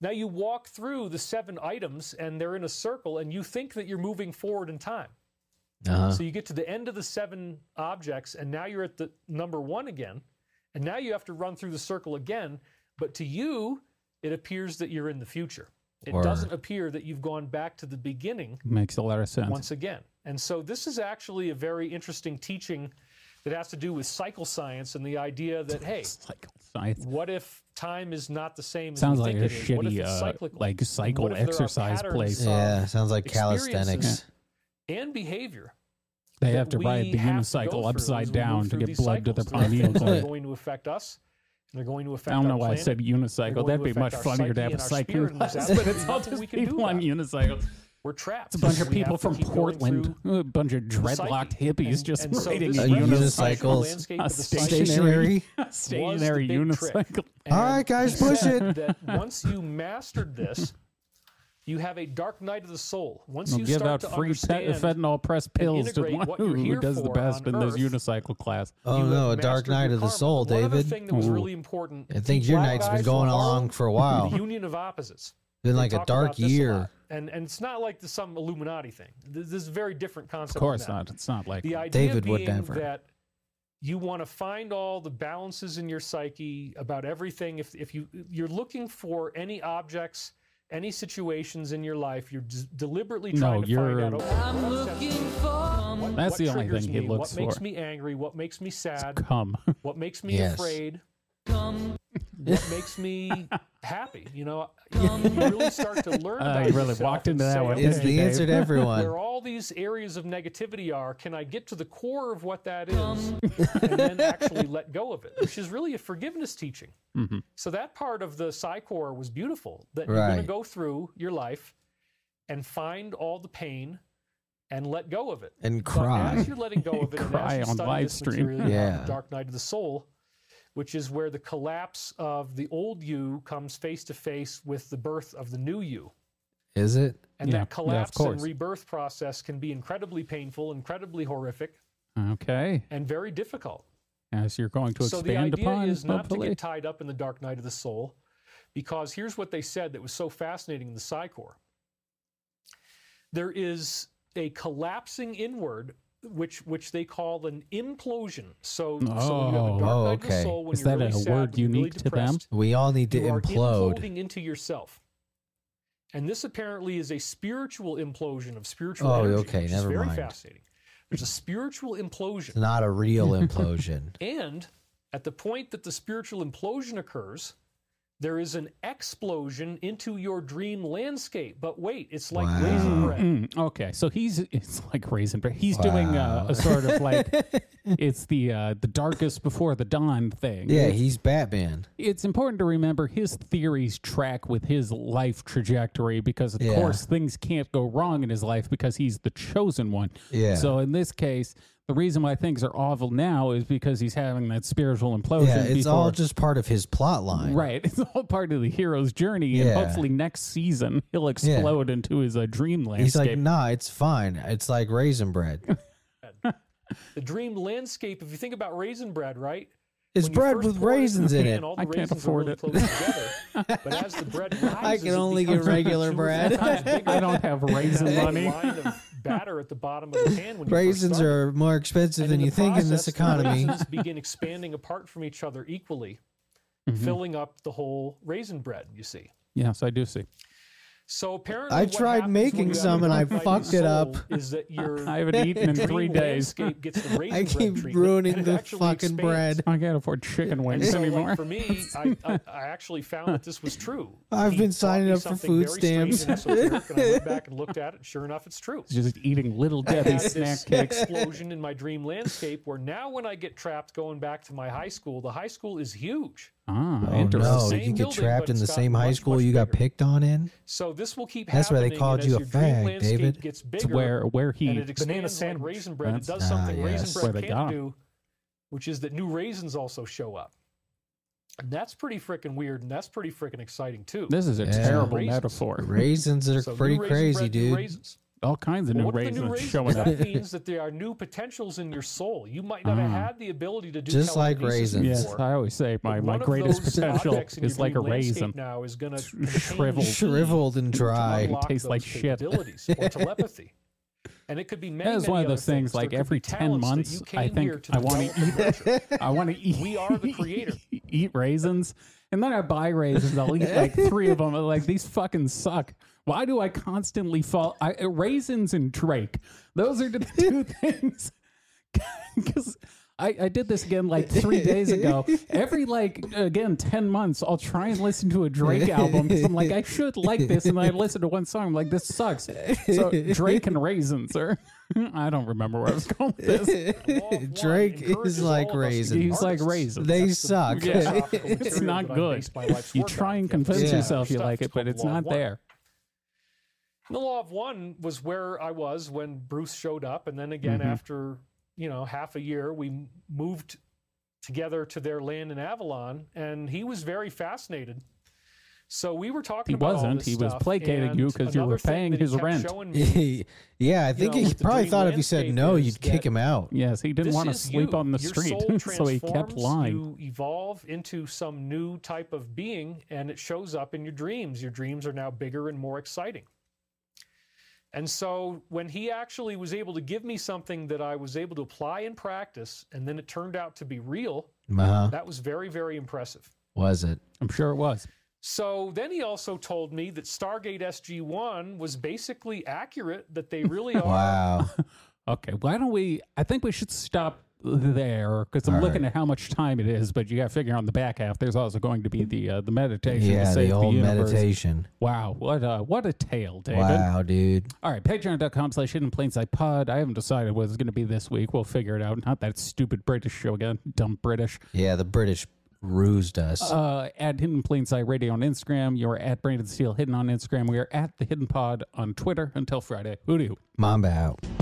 S3: Now you walk through the seven items, and they're in a circle, and you think that you're moving forward in time.
S2: Uh-huh.
S1: Uh.
S3: So you get to the end of the seven objects, and now you're at the number one again. And now you have to run through the circle again. But to you, it appears that you're in the future. It
S2: Or-
S3: doesn't appear that you've gone back to the beginning
S1: Makes a lot of sense.
S3: once again. And so this is actually a very interesting teaching that has to do with cycle science and the idea that, hey,
S1: Cycle science.
S3: what if time is not the same as
S1: Sounds
S3: we
S1: like a
S3: think it is? What if
S1: shitty
S3: it's
S1: uh,
S3: cyclical?
S1: like cycle
S3: What if there are
S1: exercise
S3: patterns
S1: place.
S3: of
S2: Yeah, sounds like
S3: experiences
S2: calisthenics.
S3: And behavior
S1: They have
S3: that
S1: to ride
S3: we
S1: the
S3: have to go
S1: unicycle
S3: through as
S1: upside
S3: we
S1: down
S3: move
S1: to
S3: through
S1: get
S3: these
S1: blood to their
S3: cycles. There are things
S1: pineal.
S3: that are
S1: gland.
S3: going to affect us. and They're going to
S1: I
S3: affect.
S1: don't know
S3: our
S1: why I
S3: planet.
S1: said unicycle.
S3: They're
S1: That'd
S3: going
S1: be
S3: to
S1: much
S3: affect our
S1: funnier to have a
S3: psyche
S1: cycle
S3: and our
S1: class,
S3: spirit and
S1: but it's
S3: there's
S1: all
S3: nothing
S1: just
S3: we can do
S1: people on
S3: about it.
S1: unicycle.
S3: We're trapped.
S1: It's a bunch of
S3: We
S1: people
S3: have to
S1: from
S3: keep going
S1: Portland,
S3: through
S1: a bunch of
S3: the
S1: dreadlocked
S3: cycle.
S1: hippies
S3: And-
S1: just
S3: and so
S1: riding
S3: this
S1: in
S2: a
S3: is the
S1: unicycles.
S3: social
S2: unicycle.
S3: landscape
S1: A
S3: of the psyche
S1: Stationary,
S2: Stationary.
S1: stationary
S3: big trick.
S1: unicycle.
S2: All right,
S3: And
S2: guys,
S3: he
S2: push
S3: said
S2: it.
S3: That once you mastered this, you have a dark night of the soul. Once
S1: We'll
S3: you
S1: give
S3: start
S1: out
S3: to
S1: free pet-
S3: understand,
S1: fentanyl press pills to
S3: integrate
S1: one
S3: what
S1: who,
S3: you're
S1: who
S3: here
S1: does the
S3: for
S1: best
S3: on
S1: in those
S3: Earth.
S1: unicycle class.
S2: Oh
S3: you
S2: no, a
S3: have
S2: dark
S3: mastered your
S2: night of the
S3: karma.
S2: soul,
S3: One other
S2: David.
S3: thing that was
S1: Ooh.
S3: really important.
S2: I think your
S3: black
S2: night's been
S3: guys
S2: going
S3: were
S2: along
S3: all
S2: for a while.
S3: The union of opposites.
S2: Been
S3: They
S2: like a
S3: talk
S2: dark
S3: about this
S2: year.
S3: lot. and and it's not like the, some Illuminati thing. This, this is a very different concept.
S1: Of course
S3: than that.
S1: not. It's not like
S3: The idea
S2: David would
S3: being
S2: never.
S3: that you want to find all the balances in your psyche about everything. If if you you're looking for any objects, any situations in your life, you're des- deliberately
S1: No,
S3: trying to
S1: you're-
S3: find out. okay, what upsets me, what-
S1: That's
S3: what
S1: the only
S3: triggers
S1: thing he
S3: me,
S1: looks
S3: What makes
S1: for.
S3: me angry? What makes me sad?
S1: come.
S3: What makes me
S2: Yes.
S3: afraid? What makes me happy? You know, you really start to learn.
S1: Uh,
S3: about
S1: you really
S3: yourself
S1: walked
S3: and
S1: into that
S3: say,
S1: one,
S2: It's
S1: didn't you,
S2: the
S1: Dave?
S2: answer to
S3: where
S2: everyone.
S3: all these areas of negativity are, can I get to the core of what that is
S1: Um.
S3: and then actually let go of it, which is really a forgiveness teaching.
S1: Mhm.
S3: So that part of the Psycor was beautiful that you're going to
S2: Right.
S3: go through your life and find all the pain and let go of it.
S2: And
S3: But
S2: cry.
S3: as you're letting go of it, and
S1: Cry
S3: as you
S1: on
S3: study
S1: live
S3: this
S1: stream.
S3: material, you have
S2: Yeah.
S3: the dark night of the soul, which is where the collapse of the old you comes face to face with the birth of the new you.
S2: Is it?
S3: And
S1: Yeah, yeah, of
S3: that collapse
S1: course.
S3: and rebirth process can be incredibly painful, incredibly horrific,
S1: Okay.
S3: and very difficult.
S1: As you're going to
S3: so
S1: expand
S3: the idea
S1: upon,
S3: is not to
S1: hopefully.
S3: get tied up in the dark night of the soul, because here's what they said that was so fascinating in the Psycor. There is a collapsing inward, which which they call an implosion. So, so when you have
S1: Oh.
S3: a dark
S2: Oh,
S3: night of
S2: okay.
S3: the soul when
S1: Is
S3: you're
S1: that
S3: really
S1: a
S3: sad,
S1: word
S3: when you're really
S1: unique to them?
S3: depressed,
S2: We all need to
S3: you are
S2: implode.
S3: imploding into yourself. And this apparently is a spiritual implosion of spiritual
S2: Oh,
S3: energy,
S2: okay,
S3: which
S2: never
S3: is very
S2: mind.
S3: fascinating. There's a spiritual
S2: It's
S3: implosion.
S2: not a real implosion.
S3: And at the point that the spiritual implosion occurs, there is an explosion into your dream landscape. But wait, it's like raisin
S2: Wow.
S3: bread.
S1: Mm, okay, so he's it's like raisin bread. He's doing uh,
S2: Wow.
S1: a sort of like it's the uh, the darkest before the dawn thing.
S2: yeah,
S1: It's-
S2: he's Batman.
S1: it's important to remember his theories track with his life trajectory because of
S2: Yeah.
S1: course things can't go wrong in his life because he's the chosen one.
S2: Yeah.
S1: So in this case, the reason why things are awful now is because he's having that spiritual implosion.
S2: Yeah, it's
S1: before.
S2: all just part of his plot line.
S1: Right. It's all part of the hero's journey. And
S2: Yeah.
S1: hopefully next season he'll explode into his uh, dream
S2: He's
S1: landscape.
S2: like, nah, it's fine. It's like raisin bread.
S3: The dream landscape, if you think about raisin bread, right?
S2: It's
S3: When you
S2: bread
S3: first
S2: with
S3: pour it
S2: raisins
S3: the
S2: in
S3: pan,
S2: it.
S3: all the
S1: I can't
S3: raisins are
S1: afford
S3: really
S1: it.
S3: close together. But as the bread rises,
S2: I can
S3: it
S2: only get
S3: becomes
S2: regular
S3: two or
S2: bread.
S3: three times bigger.
S1: I don't have raisin
S3: That
S1: money.
S3: line of batter at the bottom of the pan when you first
S2: Raisins
S3: start it.
S2: are more expensive
S3: And
S2: than
S3: the
S2: you think in
S3: process,
S2: this
S3: the
S2: economy.
S3: raisins begin expanding apart from each other
S1: Mm-hmm.
S3: equally, filling up the whole raisin bread. You see,
S1: Yes, I do see.
S3: So apparently,
S2: I
S3: what
S2: tried
S3: happens when
S2: making
S3: you have
S2: some
S3: a
S2: and I
S3: fight in
S2: fucked it
S3: Seoul
S2: up.
S3: Is that your
S1: I haven't eaten in three
S3: green
S1: days.
S3: landscape gets the raisin
S2: I
S3: bread
S2: keep
S3: treatment,
S2: ruining
S3: and it
S2: the
S3: actually
S2: fucking
S3: expands.
S2: bread.
S1: I can't afford chicken
S3: And
S1: wings
S3: so, like,
S1: anymore.
S3: for me, I, I, I actually found that this was true.
S2: I've
S3: He
S2: been
S3: taught
S2: signing
S3: me
S2: up for
S3: something
S2: food
S3: very strange and
S2: stamps.
S3: esoteric, and I went back and looked at it, and sure enough, it's true.
S1: It's just eating little Debbie
S3: Had this
S1: snack cakes.
S3: explosion in my dream landscape, where now when I get trapped going back to my high school, the high school is huge.
S1: Ah,
S2: Oh
S1: interesting.
S2: no!
S3: same
S2: You get
S3: building,
S2: trapped
S3: but
S2: in the
S3: it's got
S2: same high
S3: much,
S2: school
S3: much
S2: you got
S3: bigger.
S2: picked on in.
S3: So this will keep
S2: That's why they
S3: happening, and
S2: called
S3: as
S2: you a
S3: your dream
S2: fag,
S3: landscape
S2: David.
S3: Gets
S1: It's
S3: bigger,
S1: where where
S3: and
S1: he
S3: it expands like
S5: sandwich.
S3: raisin bread.
S1: That's-
S3: it does
S2: ah,
S3: something
S2: yes.
S3: raisin
S1: Where they
S3: bread
S1: got
S3: can't
S1: 'em.
S3: do, which is that new raisins also show up. And that's pretty freaking weird, and that's pretty freaking exciting too.
S1: this is a
S2: Yeah.
S1: terrible
S3: Raisins.
S1: metaphor.
S2: Raisins that are
S3: So new
S2: pretty
S3: raisin
S2: crazy,
S3: bread, new
S2: dude.
S3: raisins.
S1: All kinds of
S3: Well,
S1: new
S3: what are the
S1: raisins
S3: new raisins?
S1: showing up.
S3: That means that there are new potentials in your soul. You might not have
S1: Ah.
S3: had the ability to do
S2: Mm. Just like
S3: telekinesis
S2: raisins.
S1: yes,
S3: before,
S1: I always say
S3: but
S1: my, my
S3: one of
S1: greatest
S3: those
S1: potential
S3: objects in your
S1: is like a
S3: dream landscape
S1: raisin.
S3: Now is going
S1: Sh-
S3: to
S1: shriveled.
S2: Shriveled and dry.
S1: It tastes like shit.
S3: Abilities or telepathy. And it could be many,
S1: That is
S3: many
S1: one of
S3: other
S1: those things. Like
S3: There could be
S1: every ten
S3: talents that
S1: months,
S3: you
S1: I
S3: came here
S1: think
S3: to
S1: I want
S3: develop and
S1: to
S3: nurture.
S1: eat. I want to eat.
S3: We are the creator.
S1: eat raisins, and then I buy raisins. I'll eat like three of them. I'm like these fucking suck. Why do I constantly fall? I, uh, raisins and Drake. Those are the two things. Because I, I did this again like three days ago. Every like again ten months, I'll try and listen to a Drake album. 'cause I'm like I should like this, and then I listen to one song. I'm like this sucks. So Drake and raisins, sir. I don't remember where I was going with this.
S3: The law of one
S2: Drake
S3: encourages
S2: is like
S3: all of us to be
S2: raisin.
S1: He's like
S3: artists.
S1: raisins.
S2: They suck.
S1: Yeah.
S3: philosophical
S1: it's
S3: material
S1: not
S3: that I
S1: good.
S3: base my life's
S1: You
S3: work
S1: try
S3: on.
S1: and convince
S2: Yeah.
S1: yourself you
S3: Stuff
S1: like
S3: is
S1: it, but
S3: called
S1: it's
S3: law of
S1: not
S3: one.
S1: there.
S3: The law of one was where I was when Bruce showed up, and then again
S1: Mhm.
S3: after you know half a year, we m- moved together to their land in Avalon, and he was very fascinated. So we were
S1: He
S3: talking. about all
S1: wasn't.
S3: this
S1: He was
S3: stuff,
S1: placating you
S3: and
S1: 'cause you
S3: another
S1: were
S3: thing
S1: paying
S3: that he
S1: his
S3: kept
S1: rent.
S3: showing me-
S2: yeah, I think
S3: know,
S2: he
S3: with the
S2: probably
S3: dream
S2: thought if he said
S3: landscape
S2: no,
S3: is
S2: you'd kick
S3: that
S2: him out.
S1: Yes, he didn't
S3: This
S1: want to
S3: is
S1: sleep
S3: you.
S1: on the
S3: Your
S1: street,
S3: soul
S1: so he kept
S3: transforms,
S1: lying.
S3: You evolve into some new type of being, and it shows up in your dreams. Your dreams are now bigger and more exciting. And so, when he actually was able to give me something that I was able to apply in practice, and then it turned out to be real,
S2: Uh-huh.
S3: that was very, very impressive.
S2: Was it?
S1: I'm sure it was.
S3: So then he also told me that Stargate SG-1 was basically accurate; that they really are
S2: Wow.
S1: Okay, why don't we? I think we should stop there because I'm
S2: All
S1: looking at how much time it is. But you got to figure on the back half. There's also going to be the uh, the meditation. to
S2: yeah,
S1: save
S2: the old
S1: universe.
S2: meditation.
S1: Wow, what a what a tale, David.
S2: Wow, dude.
S1: All right, patreon.com slash hidden plain sight pod. I haven't decided what it's going to be this week. We'll figure it out. Not that stupid British show again. Dumb British.
S2: Yeah, the British rused us.
S1: Uh, at Hidden Plain Sight Radio on Instagram. You're at Brandon Steele Hidden on Instagram. We are at The Hidden Pod on Twitter. Until Friday, hoodoo.
S2: Mamba out.